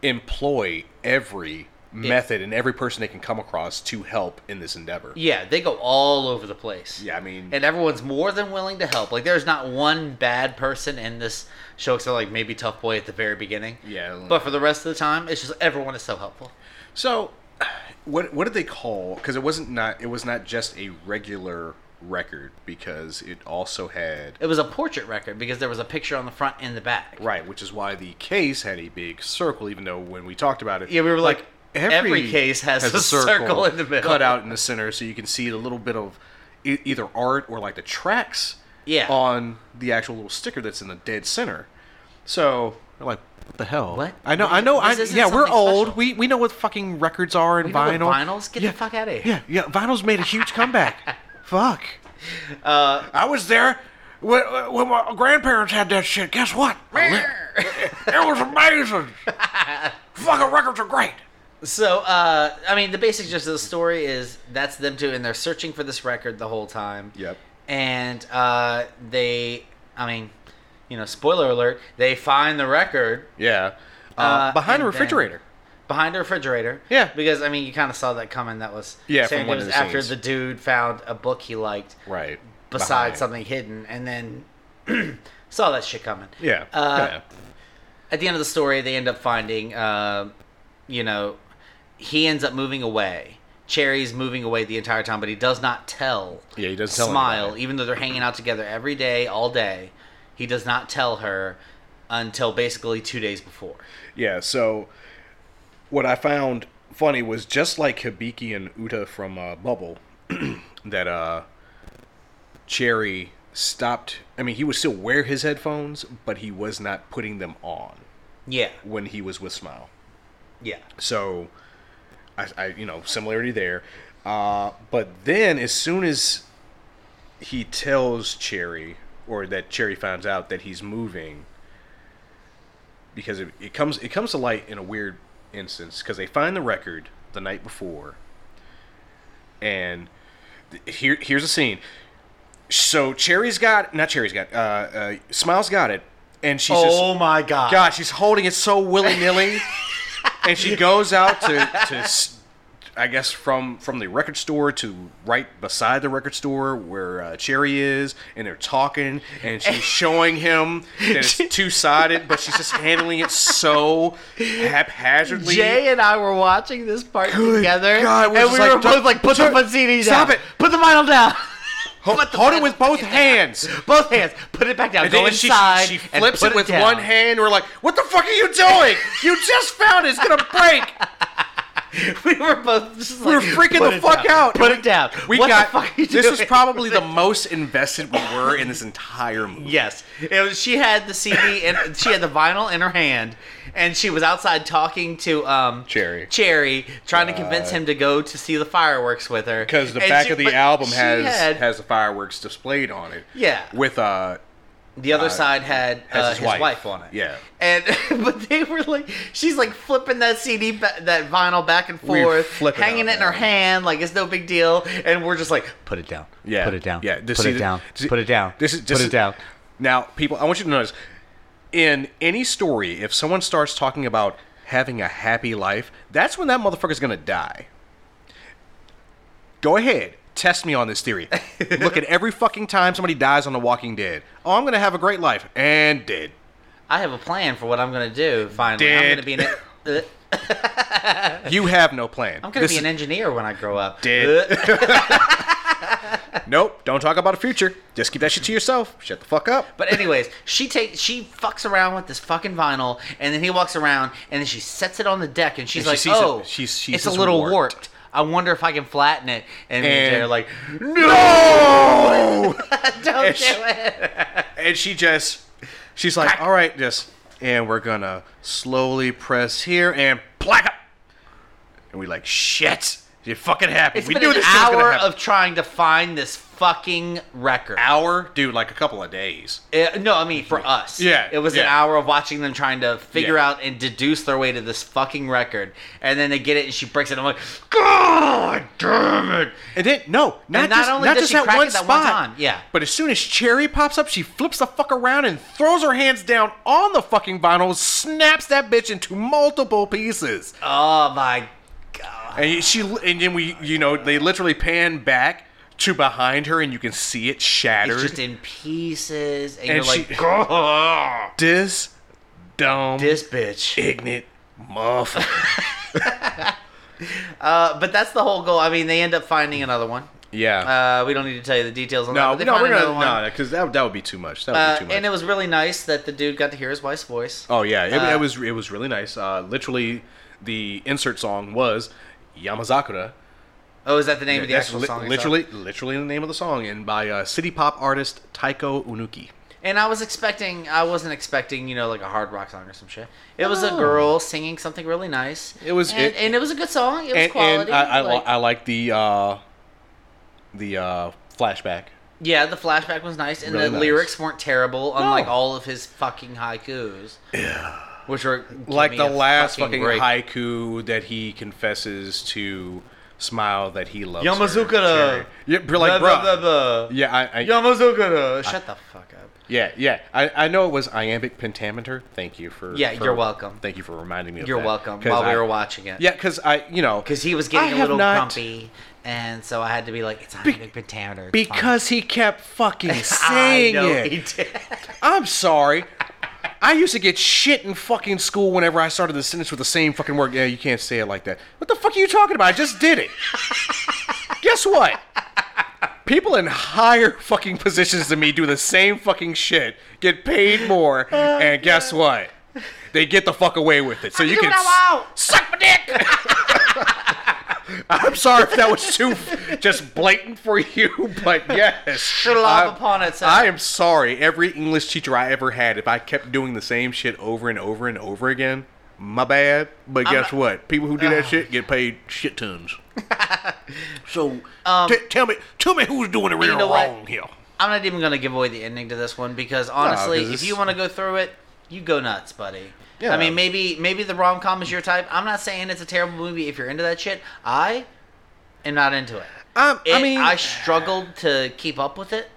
C: employ every method and every person they can come across to help in this endeavor.
B: Yeah, they go all over the place.
C: Yeah, I mean-
B: and everyone's more than willing to help. Like, there's not one bad person in this show except like maybe Tough Boy at the very beginning.
C: Yeah.
B: but for the rest of the time, it's just everyone is so helpful.
C: So, what what did they call? Because it wasn't not it was not just a regular record because it also had
B: It was a portrait record because there was a picture on the front and the back.
C: right, which is why the case had a big circle. Even though when we talked about it,
B: Yeah, we were like,
C: every,
B: Every case has a circle in the middle.
C: cut out in the center, so you can see a little bit of e- either art or like the tracks.
B: Yeah.
C: On the actual little sticker that's in the dead center. So we're like, what the hell?
B: What?
C: I know. I know. I,
B: This isn't
C: yeah, we're
B: something
C: old.
B: special.
C: We we know what fucking records are and
B: We know what
C: vinyl.
B: vinyls? Get the fuck outta here.
C: Yeah, yeah. Vinyls made a huge comeback. Fuck. Uh, I was there when, when my grandparents had that shit. Guess what? It was amazing. Fucking records are great.
B: So, uh, I mean, the basic gist of the story is that's them two, and they're searching for this record the whole time.
C: Yep.
B: And uh, they, I mean, you know, spoiler alert, they find the record
C: Yeah. Uh,
B: Uh,
C: behind a
B: and then-
C: refrigerator.
B: behind a refrigerator.
C: Yeah.
B: Because I mean, you kind of saw that coming. That was
C: Yeah,
B: saying
C: from one
B: it
C: of
B: was
C: the
B: after
C: scenes.
B: the dude found a book he liked
C: Right.
B: beside
C: Behind.
B: something hidden, and then saw that shit coming.
C: Yeah.
B: Uh,
C: yeah.
B: at the end of the story, they end up finding, uh, you know, he ends up moving away. Cherry's moving away the entire time, but he does not tell.
C: Yeah, he doesn't tell
B: Smile,
C: anybody.
B: even though they're hanging out together every day, all day. He does not tell her until basically two days before.
C: Yeah, so what I found funny was just like Hibiki and Uta from uh, Bubble, that uh, Cherry stopped. I mean, he would still wear his headphones, but he was not putting them on
B: Yeah,
C: when he was with Smile.
B: yeah,
C: So, I, I you know similarity there, uh, but then as soon as he tells Cherry, or that Cherry finds out that he's moving, because it, it comes it comes to light in a weird instance because they find the record the night before, and th- here here's a scene. So Cherry's got not Cherry's got uh, uh, Smile's got it, and she's just,
F: Oh my god.
C: God, she's holding it so willy nilly, and she goes out to to, s- I guess from from the record store to right beside the record store where uh, Cherry is, and they're talking, and she's showing him that it's two sided, but she's just handling it so haphazardly.
B: Jay and I were watching this part together,
C: God, we're
B: and
C: just
B: we
C: like,
B: were both
C: "Don't-
B: like, "Put the
C: don't-
B: panzini down!
C: stop it.
B: Put the vinyl down!
C: Ho-
B: Put the
C: hold it
B: vinyl
C: with both
B: down.
C: hands.
B: Both hands! Put it back down!
C: And
B: Go
C: then she,
B: inside!"
C: she
B: and
C: flips
B: put
C: it with
B: down.
C: one hand. We're like, "What the fuck are you doing? You just found it. It's gonna break."
B: we were both just
C: We were
B: like,
C: freaking
B: "Put
C: the
B: it
C: fuck
B: down.
C: out.
B: Put it down.
C: We
B: What the
C: got
B: fuck are you
C: this was
B: doing?
C: probably the most invested we were in this entire movie.
B: Yes, it was. She had the CD and she had the vinyl in her hand, and she was outside talking to um
C: Cherry.
B: Cherry, trying to convince him to go to see the fireworks with her
C: because the
B: And
C: back
B: she-
C: of
B: but
C: the album
B: she
C: has
B: had-
C: has the fireworks displayed on it.
B: Yeah.
C: with uh,
B: the other side had
C: has
B: uh,
C: his
B: his,
C: wife.
B: wife. on it.
C: Yeah.
B: and but they were like, she's like flipping that CD, ba- that vinyl back and
C: We were
B: forth,
C: flipping
B: hanging
C: out,
B: it in her
C: man.
B: hand like it's no big deal, and we're just like, put it down,
C: yeah,
B: put it down,
C: yeah. this-
B: put
C: see,
B: it down,
C: see,
B: put it down,
C: This is this
B: put
C: is-
B: it down.
C: Now, people, I want you to notice in any story, if someone starts talking about having a happy life, that's when that motherfucker's gonna die. Go ahead, test me on this theory. Look at every fucking time somebody dies on The Walking Dead. Oh, I'm gonna have a great life and dead.
B: I have a plan for what I'm gonna do. Finally, I'm
C: Dead.
B: gonna be an uh,
C: You have no plan.
B: I'm gonna
C: This
B: be an
C: is-
B: engineer when I grow up.
C: Dead.
B: Uh,
C: Nope, don't talk about the future. Just keep that shit to yourself. Shut the fuck up.
B: But anyways, she takes she fucks around with this fucking vinyl, and then he walks around, and then she sets it on the deck, and she's
C: And she
B: like,
C: sees it-
B: "Oh,
C: she sees
B: it's a
C: it's
B: little
C: warped."
B: warped. I wonder if I can flatten it." And, me and
C: And-
B: Jay are like,
C: No!
B: "Don't
C: And
B: do
C: she-
B: it."
C: and she just she's like all right just and we're gonna slowly press here and plack up and we like shit it fucking happened
B: It's
C: we
B: been
C: knew
B: an
C: this shit was gonna
B: hour
C: happen.
B: of trying to find this fucking record.
C: hour dude like a couple of days
B: Uh, no, I mean for us.
C: Yeah,
B: It was an
C: yeah.
B: hour of watching them trying to figure
C: Yeah.
B: out and deduce their way to this fucking record, and then they get it, and she breaks it. And I'm like, God damn it!
C: and then no not,
B: and not
C: just,
B: only
C: not
B: does
C: just
B: she
C: that,
B: crack
C: one
B: it that
C: spot,
B: one time, yeah.
C: but as soon as cherry pops up she flips the fuck around and throws her hands down on the fucking vinyl snaps that bitch into multiple pieces
B: Oh my god!
C: And she, and then we, you know, they literally pan back to behind her, and you can see it shattered.
B: It's just in pieces, and,
C: and
B: you're
C: she,
B: like,
C: this dumb,
B: this bitch.
C: ignorant muff.
B: Uh, but that's the whole goal. I mean, they end up finding another one.
C: yeah.
B: Uh, we don't need to tell you the details on that.
C: no,
B: but they
C: no,
B: find
C: we're
B: another
C: gonna
B: one.
C: no, because that that would be too much. That would
B: Uh,
C: be too much.
B: and it was really nice that the dude got to hear his wife's voice.
C: oh yeah, it, it was it was really nice. Uh, literally, the insert song was Yamazakura.
B: Oh, is that the name of the
C: That's
B: actual
C: li-
B: song? itself?
C: literally, literally the name of the song, and by uh, city pop artist Taiko Unuki.
B: And I was expecting, I wasn't expecting, you know, like a hard rock song or some shit. It was a girl singing something really nice.
C: Oh. It was-
B: and
C: it-
B: it, and it was a good song. It was
C: And, and
B: quality.
C: I, I,
B: like-
C: like, I like the uh, the uh, flashback.
B: yeah, the flashback was nice, and
C: Really
B: the
C: nice.
B: lyrics weren't terrible, unlike
C: No.
B: all of his fucking haikus. Yeah. Which were give
C: like
B: me
C: the
B: a
C: last fucking,
B: break.
C: haiku that he confesses to smile that he loves. her.
E: Yamazukura.
C: Yeah, br- like,
E: Blah,
C: bruh.
E: blah, blah, blah.
C: Yeah, I, I,
E: Yamazukura.
B: uh, Shut the fuck up.
C: yeah, yeah. I, I know it was iambic pentameter. Thank you for.
B: Yeah,
C: for-
B: you're welcome.
C: Thank you for reminding me. of
B: You're
C: that.
B: welcome.
C: 'Cause
B: While
C: I-
B: we were watching it,
C: Yeah, because I, you know,
B: because he was
C: I
B: getting a
C: have
B: little
C: not-
B: grumpy, and so I had to be like, it's not a big pentameter. it's fine."
C: because he kept fucking
B: I
C: saying
B: know
C: it.
B: he did.
C: I'm sorry. I used to get shit in fucking school whenever I started the sentence with the same fucking word. Yeah, you can't say it like that. What the fuck are you talking about? I just did it. Guess what? People in higher fucking positions than me do the same fucking shit, get paid more, and guess what? They get the fuck away with it. So you
B: do
C: can
B: what I
C: s-
B: want.
C: suck my dick. I'm sorry if that was too f- just blatant for you, but yes.
B: Should lob
C: I'm-
B: upon itself.
C: I am sorry. Every English teacher I ever had, if I kept doing the same shit over and over and over again, my bad. But guess what? People who do that shit get paid shit tons. so t- tell me, tell me who's doing the real
B: Um, you know what?
C: wrong here.
B: I'm not even gonna give away the ending to this one because honestly,
C: 'cause
B: if
C: it's-
B: you want to go through it, you go nuts, buddy.
C: Yeah.
B: I mean, maybe maybe the rom com is your type. I'm not saying it's a terrible movie if you're into that shit. I am not into it.
C: Um,
B: It-
C: I mean,
B: I struggled to keep up with it.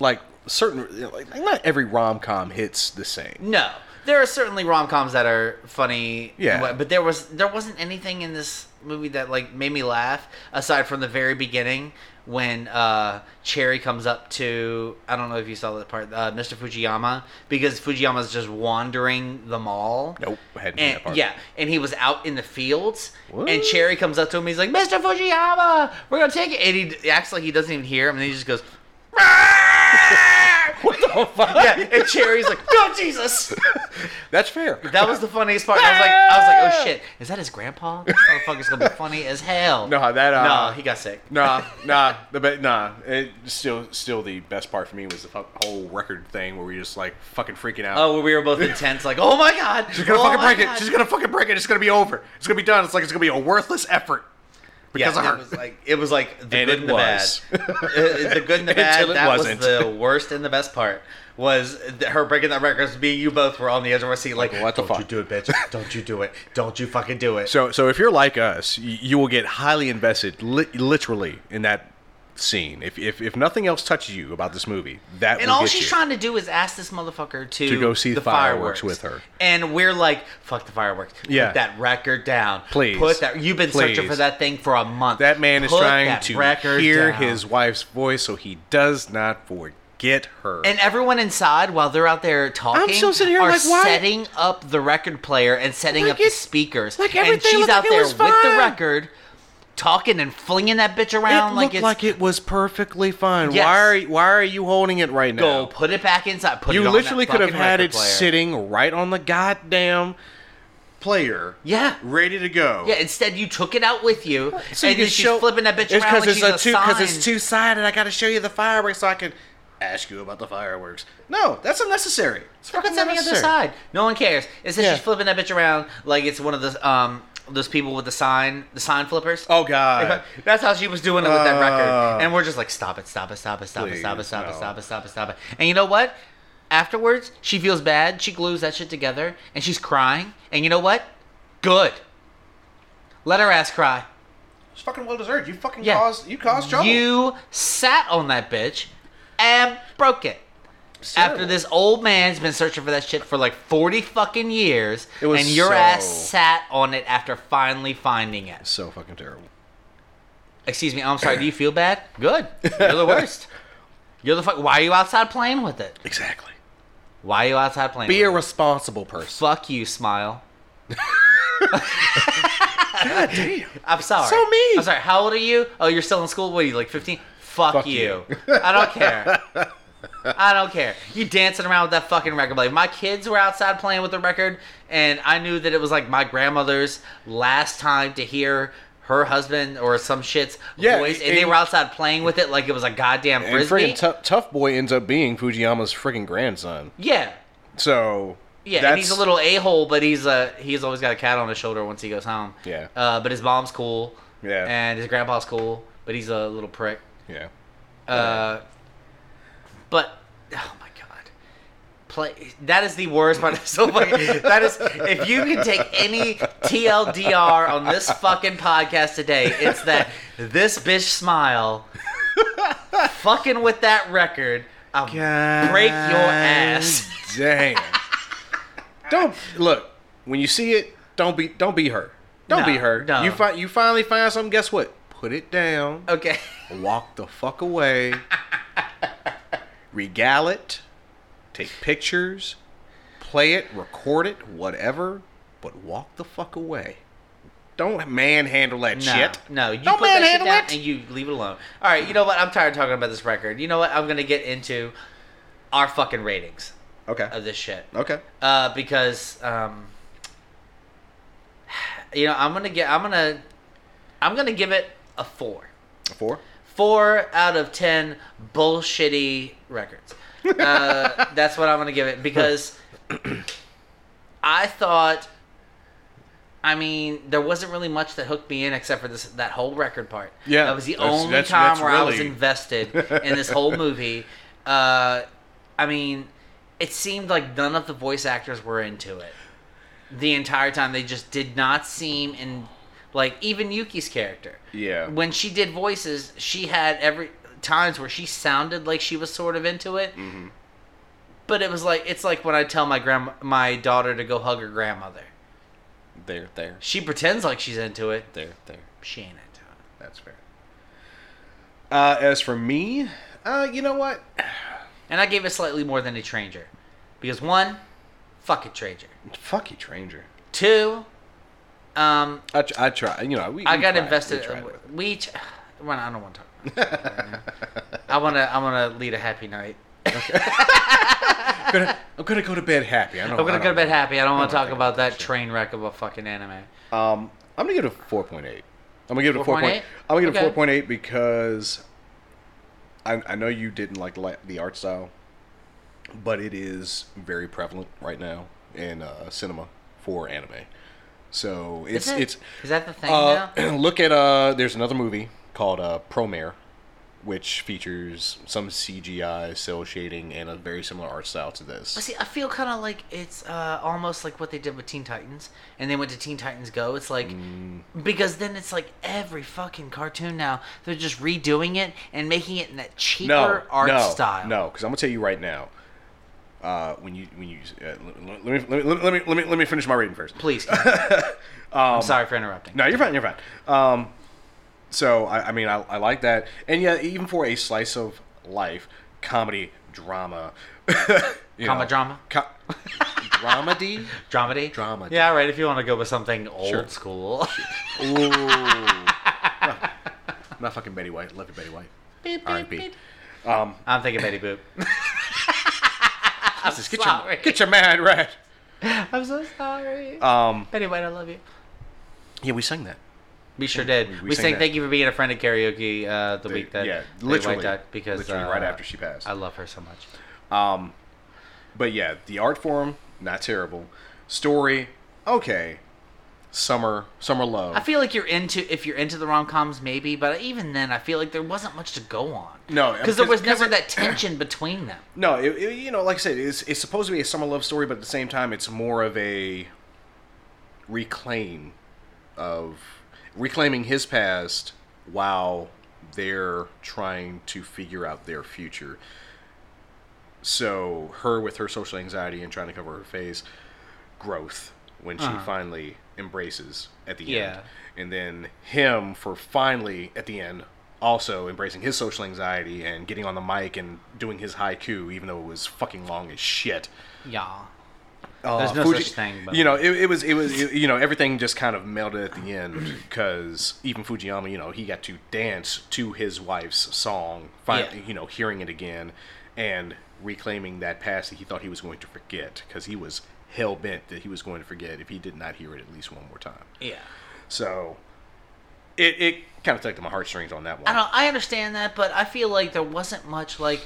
C: like certain, like not every rom com hits the same.
B: No, there are certainly rom coms that are funny.
C: Yeah.
B: wha- but there was there wasn't anything in this movie that like made me laugh aside from the very beginning when uh, Cherry comes up to I don't know if you saw that part, uh, Mr. Fujiyama, because Fujiyama's just wandering the mall.
C: Nope, hadn't seen
B: And,
C: that part.
B: Yeah, and he was out in the fields, and Cherry comes up to him. He's like, "Mr. Fujiyama, we're gonna take it," and he d- acts like he doesn't even hear him, and then he just goes.
C: What the fuck?
B: Yeah, and Cherry's like, "No, Jesus!"
C: That's fair.
B: That was the funniest part. I was like, I was like, oh shit, is that his grandpa? This motherfucker's gonna be funny as hell.
C: No, that, uh,
B: no, he got sick.
C: Nah, nah, the be- nah. It still, still the best part for me was the fu- whole record thing where we just like fucking freaking out.
B: Oh, we were both intense, like, oh my god,
C: She's gonna
B: oh
C: fucking
B: my
C: break
B: God.
C: it. She's gonna fucking break it. It's gonna be over. It's gonna be done. It's like it's gonna be a worthless effort because
B: yeah,
C: of her.
B: It was like it was like the
C: And
B: good
C: it
B: and the
C: was.
B: bad. Uh, the good and the bad.
C: Until it
B: That
C: wasn't.
B: was the worst and the best part. Was th- her breaking that record? 'cause Me and you both were on the edge of our seat, like,
C: What the
F: Don't
C: fuck?
F: you do it, bitch. Don't you do it. Don't you fucking do it.
C: so, so if you're like us, you, you will get highly invested, li- literally, in that scene. If, if if nothing else touches you about this movie, that
B: And
C: will
B: all
C: get
B: she's
C: you.
B: trying to do is ask this motherfucker to,
C: To go see the fireworks with her.
B: And we're like, fuck the fireworks.
C: Yeah.
B: Put that record down.
C: Please.
B: Put that you've been searching
C: Please.
B: for that thing for a month.
C: That man is
B: Put
C: trying
B: that
C: to
B: record
C: hear
B: down.
C: his wife's voice so he does not forget her.
B: and everyone inside, while they're out there talking,
C: still sitting here
B: are
C: like, why-
B: setting up the record player and setting
C: Like
B: up the
C: it-
B: speakers.
C: like
B: and
C: everything
B: she's
C: looked like
B: out
C: it
B: there
C: was
B: with the
C: fine.
B: record, talking and flinging that bitch around
C: it
B: like
C: looked
B: it's
C: like it was perfectly fine.
B: Yes.
C: Why are you, why are you holding it right
B: go
C: now?
B: put it back inside. Put it
C: You
B: on that
C: literally could have
B: fucking
C: had
B: record
C: it
B: player.
C: sitting right on the goddamn player.
B: Yeah.
C: ready to go.
B: Yeah, instead you took it out with you,
C: So
B: and
C: you
B: then she's
C: show-
B: flipping that bitch
C: it's
B: around like she's a,
C: it's a two because it's
B: sign.
C: two sided. I got to show you the fireworks so I can ask you about the fireworks. No, that's unnecessary. It's
B: Fuck,
C: fucking
B: it's on the other
C: unnecessary.
B: side. No one cares. It's that
C: Yeah.
B: she's flipping that bitch around like it's one of those um those people with the sign the sign flippers.
C: Oh god.
B: That's how she was doing it with that
C: Uh,
B: record. And we're just like, stop it, stop it, stop it, stop it, stop it,
C: Please,
B: stop it,
C: no.
B: stop it, stop it, stop it. And you know what? Afterwards, she feels bad. She glues that shit together and she's crying. And you know what? Good. Let her ass cry.
C: It's fucking well deserved. You fucking
B: Yeah.
C: caused you caused trouble.
B: You sat on that bitch and broke it.
C: It's
B: After
C: terrible.
B: this old man's been searching for that shit for like 40 fucking years,
C: It was
B: and your
C: so-
B: ass sat on it after finally finding it.
C: so fucking terrible.
B: Excuse me, I'm sorry. Do you feel bad? Good. You're the worst. You're the fuck. Why are you outside playing with it?
C: Exactly.
B: Why are you outside playing?
C: Be a
B: with
C: responsible
B: it?
C: person.
B: Fuck you, smile.
C: Damn.
B: I'm sorry.
C: So mean.
B: I'm sorry. How old are you? Oh, you're still in school. What are you like? 15? Fuck, you. I don't care. I don't care. You dancing around with that fucking record. Like my kids were outside playing with the record, and I knew that it was like my grandmother's last time to hear her husband or some shit's
C: Yeah,
B: voice, and,
C: and-
B: they were outside playing with it like it was a goddamn
C: And
B: frisbee.
C: friggin' tough tough boy ends up being Fujiyama's friggin' grandson.
B: yeah,
C: So
B: yeah. And he's a little a hole, but he's a he's always got a cat on his shoulder once he goes home.
C: Yeah.
B: Uh, but his mom's cool.
C: Yeah.
B: And his grandpa's cool, but he's a little prick.
C: yeah.
B: Uh, but oh my god, play that is the worst part. Of so fucking, that is if you can take any TLDR on this fucking podcast today, it's that this bitch smile, fucking with that record, I'll break your ass.
C: Damn. don't look when you see it. Don't be don't be her. Don't
B: No,
C: be her.
B: no. Oh.
C: You fi- you finally find something. Guess what? Put it down.
B: Okay,
C: Walk the fuck away. regale it. Take pictures. Play it. Record it. Whatever. But walk the fuck away. Don't manhandle that
B: no,
C: shit.
B: no, you
C: Don't
B: put that shit
C: manhandle
B: down
C: it.
B: and you leave it alone. All right, you know what? I'm tired of talking about this record. You know what? I'm gonna get into our fucking ratings of
C: Okay.
B: this shit.
C: Okay.
B: uh, because um, you know I'm gonna get I'm gonna I'm gonna give it a four.
C: Four.
B: Four out of ten bullshitty records. Uh, that's what I'm gonna give it because I thought. I mean, there wasn't really much that hooked me in except for this that whole record part.
C: Yeah,
B: that was the
C: that's-
B: only
C: that's-
B: time
C: that's
B: where I was
C: really-
B: invested in this whole movie. Uh, I mean, it seemed like none of the voice actors were into it the entire time. They just did not seem in like even Yuki's character.
C: Yeah.
B: When she did voices, she had every times where she sounded like she was sort of into it. But it was like it's like when I tell my grand my daughter to go hug her grandmother.
A: There, there,
B: She pretends like she's into it.
A: there, there.
B: She ain't into it.
C: That's fair. Uh, as for me, uh, you know what?
B: And I gave it slightly more than a Tranger, because one, fuck a Tranger.
C: Fuck you, Tranger.
B: Two, um,
C: I, tr- I try. You know, we,
B: I
C: we
B: got
C: tried-
B: invested.
C: We
B: We,
C: tried with it.
B: ch- well, I don't want to talk. About it right now. I want to. I want to lead a happy night.
C: I'm gonna, I'm gonna go to bed happy. I know.
B: I'm gonna
C: Oh, I
B: go to
C: don't-
B: bed happy. I don't want to talk
C: think
B: about that train wreck of a fucking anime.
C: Um, I'm gonna give it a four point eight. I'm gonna give it a four
B: 4.8?
C: point. I'm gonna give it
B: Okay.
C: a four point eight because I, I know you didn't like li- the art style, but it is very prevalent right now in uh, cinema for anime. So it's
B: Is it-
C: it's
B: is that the thing
C: Uh,
B: now?
C: look at uh, there's another movie called uh, Promare, which features some CGI, cell shading, and a very similar art style to this.
B: But see, I feel kind of like it's uh, almost like what they did with Teen Titans, and they went to Teen Titans Go. It's like
C: Mm.
B: because then it's like every fucking cartoon now they're just redoing it and making it in that cheaper art
C: no,
B: style.
C: No, because I'm gonna tell you right now. Uh, when you when you uh, l- l- let, me, let me let me let me let me finish my rating first.
B: please. I'm sorry for interrupting.
C: Um, No, you're fine. You're fine. Um, so I, I mean, I, I like that, and yeah, even for a slice of life comedy drama, you
B: Comma
C: know,
B: drama?
C: co- dramedy.
B: Dramedy.
C: Dramedy.
B: Yeah, all right. If you want to go with something old school.
C: Ooh. not, not fucking Betty White. Love you, Betty White. R.I.P. Um,
B: I'm thinking Betty Boop.
C: Jesus, get
B: sorry.
C: your get your mind right.
B: I'm so sorry.
C: Um,
B: Betty White, I love you.
C: yeah, we sang that.
B: We sure did. We,
C: we sang
B: sang
C: that.
B: "Thank You for Being a Friend" at karaoke uh, the week that
C: yeah,
B: Betty White
C: literally
B: died because
C: literally
B: uh,
C: right after she passed.
B: I love her so much.
C: Um, but yeah, the art form not terrible. Story okay. Summer summer love.
B: I feel like you're into if you're into the rom coms maybe, but even then, I feel like there wasn't much to go on.
C: No,
B: because there was
C: 'cause- 'cause
B: never
C: it-
B: that tension between them.
C: no, it, it- you know, like I said, it's it's supposed to be a summer love story, but at the same time, it's more of a reclaim of reclaiming his past while they're trying to figure out their future. So her with her social anxiety and trying to cover her face, growth when she finally embraces at the
B: Yeah.
C: end, and then him for finally at the end also embracing his social anxiety and getting on the mic and doing his haiku, even though it was fucking long as shit.
B: Yeah.
C: uh,
B: There's no
C: Fuji-
B: such thing. But
C: You know, it, it was it was you know everything just kind of melted at the end because even Fujiyama, you know, he got to dance to his wife's song. Finally,
B: Yeah.
C: you know, hearing it again and reclaiming that past that he thought he was going to forget because he was hell bent that he was going to forget if he did not hear it at least one more time.
B: yeah.
C: So it it kind of tugged at my heartstrings on that one.
B: I don't. I understand that, but I feel like there wasn't much like.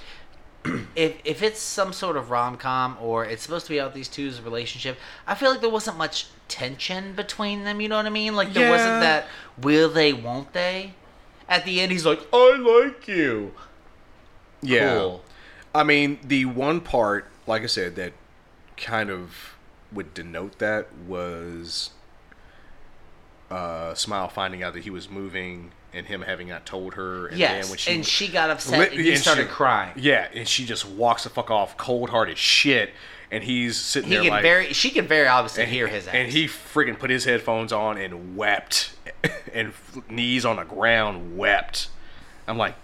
B: If, if it's some sort of rom com or it's supposed to be about these two's relationship, I feel like there wasn't much tension between them. You know what I mean? Like there
C: Yeah.
B: wasn't that will they, won't they? At the end, he's like, "I like you."
C: yeah.
B: Cool.
C: I mean, the one part, like I said, that kind of would denote that was uh, Smile finding out that he was moving and him having not told her. And
B: Yes, and she got upset and he started crying.
C: Yeah, and she just walks the fuck off cold hearted shit. And he's sitting
B: He
C: there
B: can
C: like.
B: very. She can very obviously
C: and he-
B: hear his ass.
C: And he friggin' put his headphones on and wept. and f- knees on the ground wept. I'm like,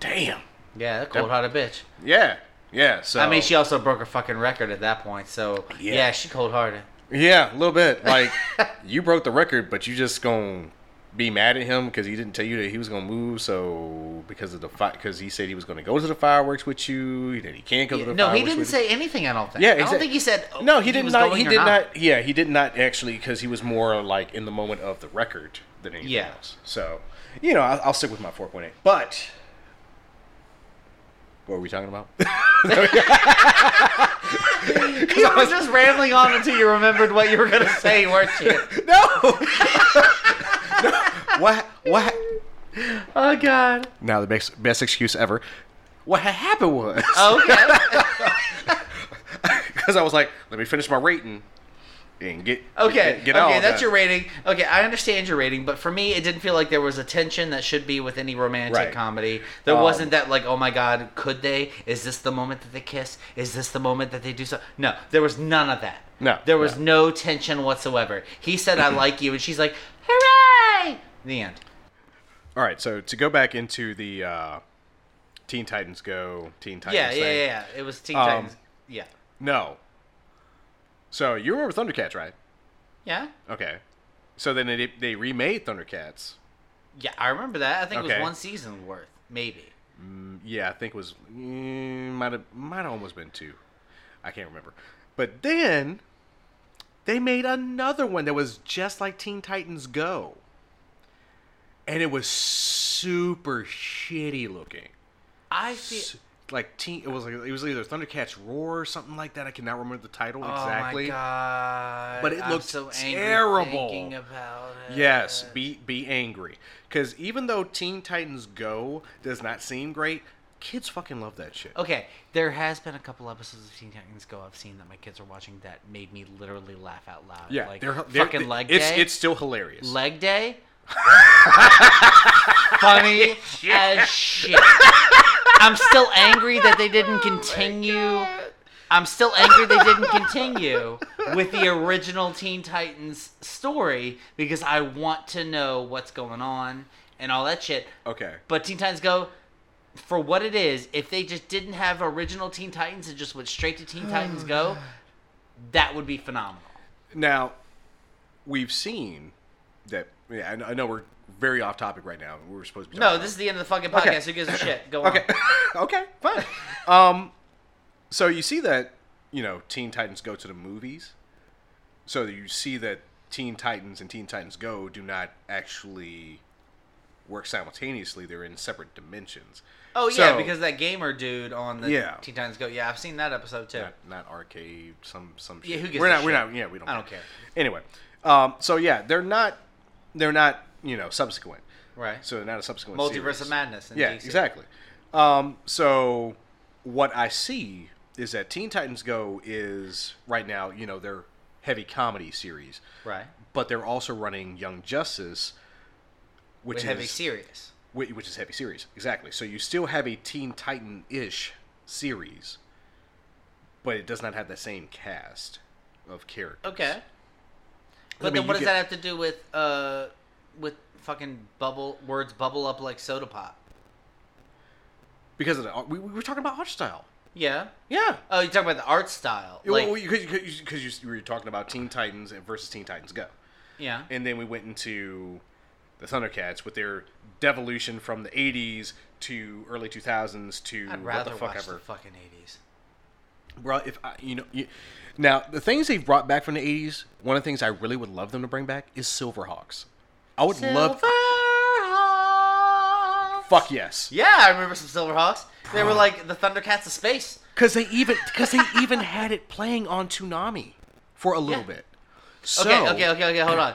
C: damn.
B: yeah, that cold-hearted bitch.
C: Yeah. Yeah. So
B: I mean, she also broke her fucking record at that point. So
C: Yeah.
B: yeah, she cold-hearted.
C: Yeah, a little bit. Like you broke the record, but you just gonna be mad at him because he didn't tell you that he was gonna move. So because of the fight, because he said he was gonna go to the fireworks with you, that he can't go to the
B: No,
C: fireworks.
B: he didn't
C: with
B: say anything. I don't think.
C: You. Yeah,
B: I
C: exact-
B: don't think he said. oh,
C: No, he did
B: was
C: not.
B: going
C: He
B: or
C: did not. Yeah, he did not actually because he was more like in the moment of the record than anything
B: Yeah.
C: else. So you know, I'll, I'll stick with my four point eight. But what were we talking about?
B: You were just rambling on until you remembered what you were gonna say, weren't you?
C: what? What?
B: Oh God.
C: Now the best best excuse ever. What ha- happened was.
B: Okay.
C: because I was like, let me finish my rating and get
B: Okay.
C: get,
B: okay, that's your rating. Okay, I understand your rating, but for me, it didn't feel like there was a tension that should be with any romantic
C: Right.
B: comedy. There
C: Um,
B: wasn't that like, oh my God, could they? Is this the moment that they kiss? Is this the moment that they do so? No, there was none of that.
C: No,
B: there was no, tension whatsoever. He said, "I like you," and she's like, "Hooray!" The end.
C: All right, so to go back into the uh, Teen Titans Go, Teen Titans.
B: Yeah, yeah,
C: thing.
B: yeah, yeah. It was Teen
C: Um,
B: Titans. Yeah,
C: No. So you remember Thundercats, right?
B: yeah,
C: Okay. So then they they remade Thundercats.
B: yeah. I remember that. I think it
C: Okay.
B: was one season worth, maybe.
C: Yeah, I think it was mm, might have might have almost been two. I can't remember. But then they made another one that was just like Teen Titans Go. And it was super shitty looking.
B: I feel.
C: S- Like teen, it was like it was either Thundercats Roar or something like that. I cannot remember the title exactly.
B: Oh my god!
C: But it
B: I'm
C: looked
B: so angry
C: terrible.
B: thinking about it.
C: Yes, be be angry. Because even though Teen Titans Go does not seem great, kids fucking love that shit.
B: Okay, there has been a couple episodes of Teen Titans Go I've seen that my kids are watching that made me literally laugh out loud.
C: Yeah,
B: like
C: they're, they're-
B: fucking leg
C: it's,
B: day.
C: It's still hilarious.
B: leg day. Funny as shit. I'm still angry that they didn't continue. I'm still angry they didn't continue with the original Teen Titans story because I want to know what's going on and all that shit.
C: Okay.
B: But Teen Titans Go, for what it is, if they just didn't have original Teen Titans and just went straight to Teen Titans Go, that would be phenomenal.
C: Now, we've seen that. Yeah, I know, I know we're very off topic right now. We were supposed to be.
B: No,
C: talking
B: this is the end of the fucking podcast. Who gives a shit? Go on.
C: about- okay. okay. Fine. um, so you see that you know Teen Titans go to the movies. So you see that Teen Titans and Teen Titans Go do not actually work simultaneously. They're in separate dimensions.
B: Oh yeah,
C: So-
B: because that gamer dude on the
C: Yeah.
B: Teen Titans Go. Yeah, I've seen that episode too.
C: not, not arcade, some some.
B: Yeah,
C: shit.
B: who gives
C: We're
B: a
C: not. We're
B: shit?
C: not. Yeah, we don't.
B: I don't care.
C: Anyway, um, so yeah, they're not. They're not. You know, subsequent.
B: Right.
C: So they're not a subsequent.
B: Multiverse
C: series.
B: of Madness. In
C: Yeah,
B: DC.
C: exactly. Um, so what I see is that Teen Titans Go is right now. You know, their heavy comedy series,
B: Right.
C: but they're also running Young Justice, which
B: With
C: is
B: heavy serious.
C: Whi- which is heavy series exactly so you still have a teen titan ish series but it does not have the same cast of characters
B: Okay. But
C: mean,
B: then,
C: you
B: what does
C: get-
B: that have to do with uh, with fucking bubble words bubble up like soda pop?
C: because of the, art- we, we were talking about art style
B: Yeah.
C: Yeah.
B: Oh, you're talking about the art style.
C: Because
B: Like,
C: well, you, 'cause you, 'cause you, you were talking about Teen Titans and versus Teen Titans Go.
B: yeah.
C: And then we went into the Thundercats with their devolution from the 80s to early 2000s to
B: I'd
C: what
B: rather
C: the fuck
B: watch
C: ever.
B: the fucking 80s.
C: Bro, if I, you know, you, now the things they've brought back from the '80s, one of the things I really would love them to bring back is Silverhawks. I would love,
B: Silverhawks.
C: fuck yes,
B: Yeah, I remember some Silverhawks. They were like the Thundercats of space.
C: because they even because they even had it playing on Toonami for a little
B: Yeah.
C: bit. So,
B: okay, okay, okay, okay. Hold on.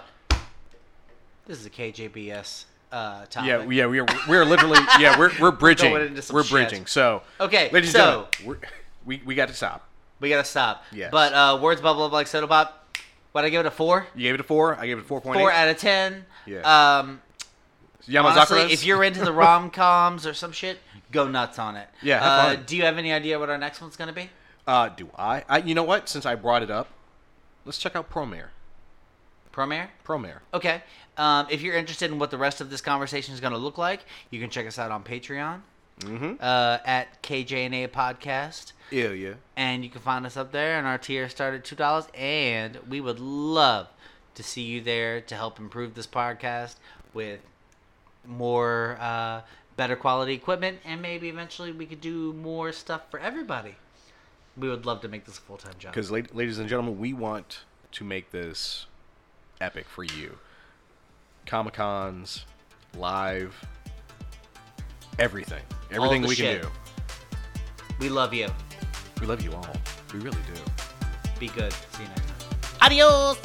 B: This is a KJBS uh, topic.
C: Yeah, yeah, we're we're literally yeah we're we're bridging
B: going into some
C: we're
B: shit.
C: bridging. So
B: Okay,
C: ladies
B: so-
C: and gentlemen, we're, we we got to stop.
B: we gotta stop.
C: Yes.
B: But uh, words bubble up like soda pop. What I give it a four?
C: You gave it a four. I gave it a four point
B: Four
C: eight.
B: out of ten.
C: Yeah.
B: Um, honestly,
C: Yamazakura.
B: if you're into the rom coms or some shit, go nuts on it.
C: Yeah, have
B: Uh,
C: fun.
B: do you have any idea what our next one's gonna be?
C: uh, do I? I you know what? Since I brought it up, let's check out Promare.
B: Promare.
C: Promare.
B: Okay. Um, if you're interested in what the rest of this conversation is going to look like, you can check us out on Patreon
C: Mm-hmm.
B: uh, at KJNA Podcast.
C: Ew, yeah.
B: And you can find us up there, and our tier start at $2. And we would love to see you there to help improve this podcast with more, uh, better quality equipment. And maybe eventually we could do more stuff for everybody. We would love to make this a full time job.
C: Because, ladies and gentlemen, we want to make this epic for you. Comic Cons, live, everything. Everything
B: the
C: we
B: shit.
C: can do.
B: We love you.
C: We love you all. We really do.
B: Be good. See you next time.
F: Adios.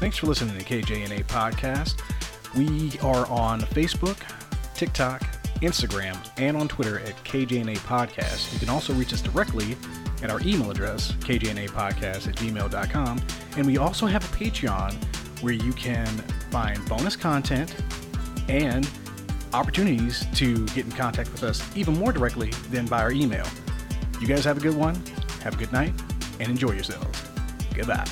G: Thanks for listening to KJNA Podcast. We are on Facebook, TikTok, Instagram, and on Twitter at KJNA Podcast. You can also reach us directly at our email address, kjnapodcast at gmail.com. And we also have a Patreon where you can find bonus content and opportunities to get in contact with us even more directly than by our email. You guys have a good one, have a good night, and enjoy yourselves. Goodbye.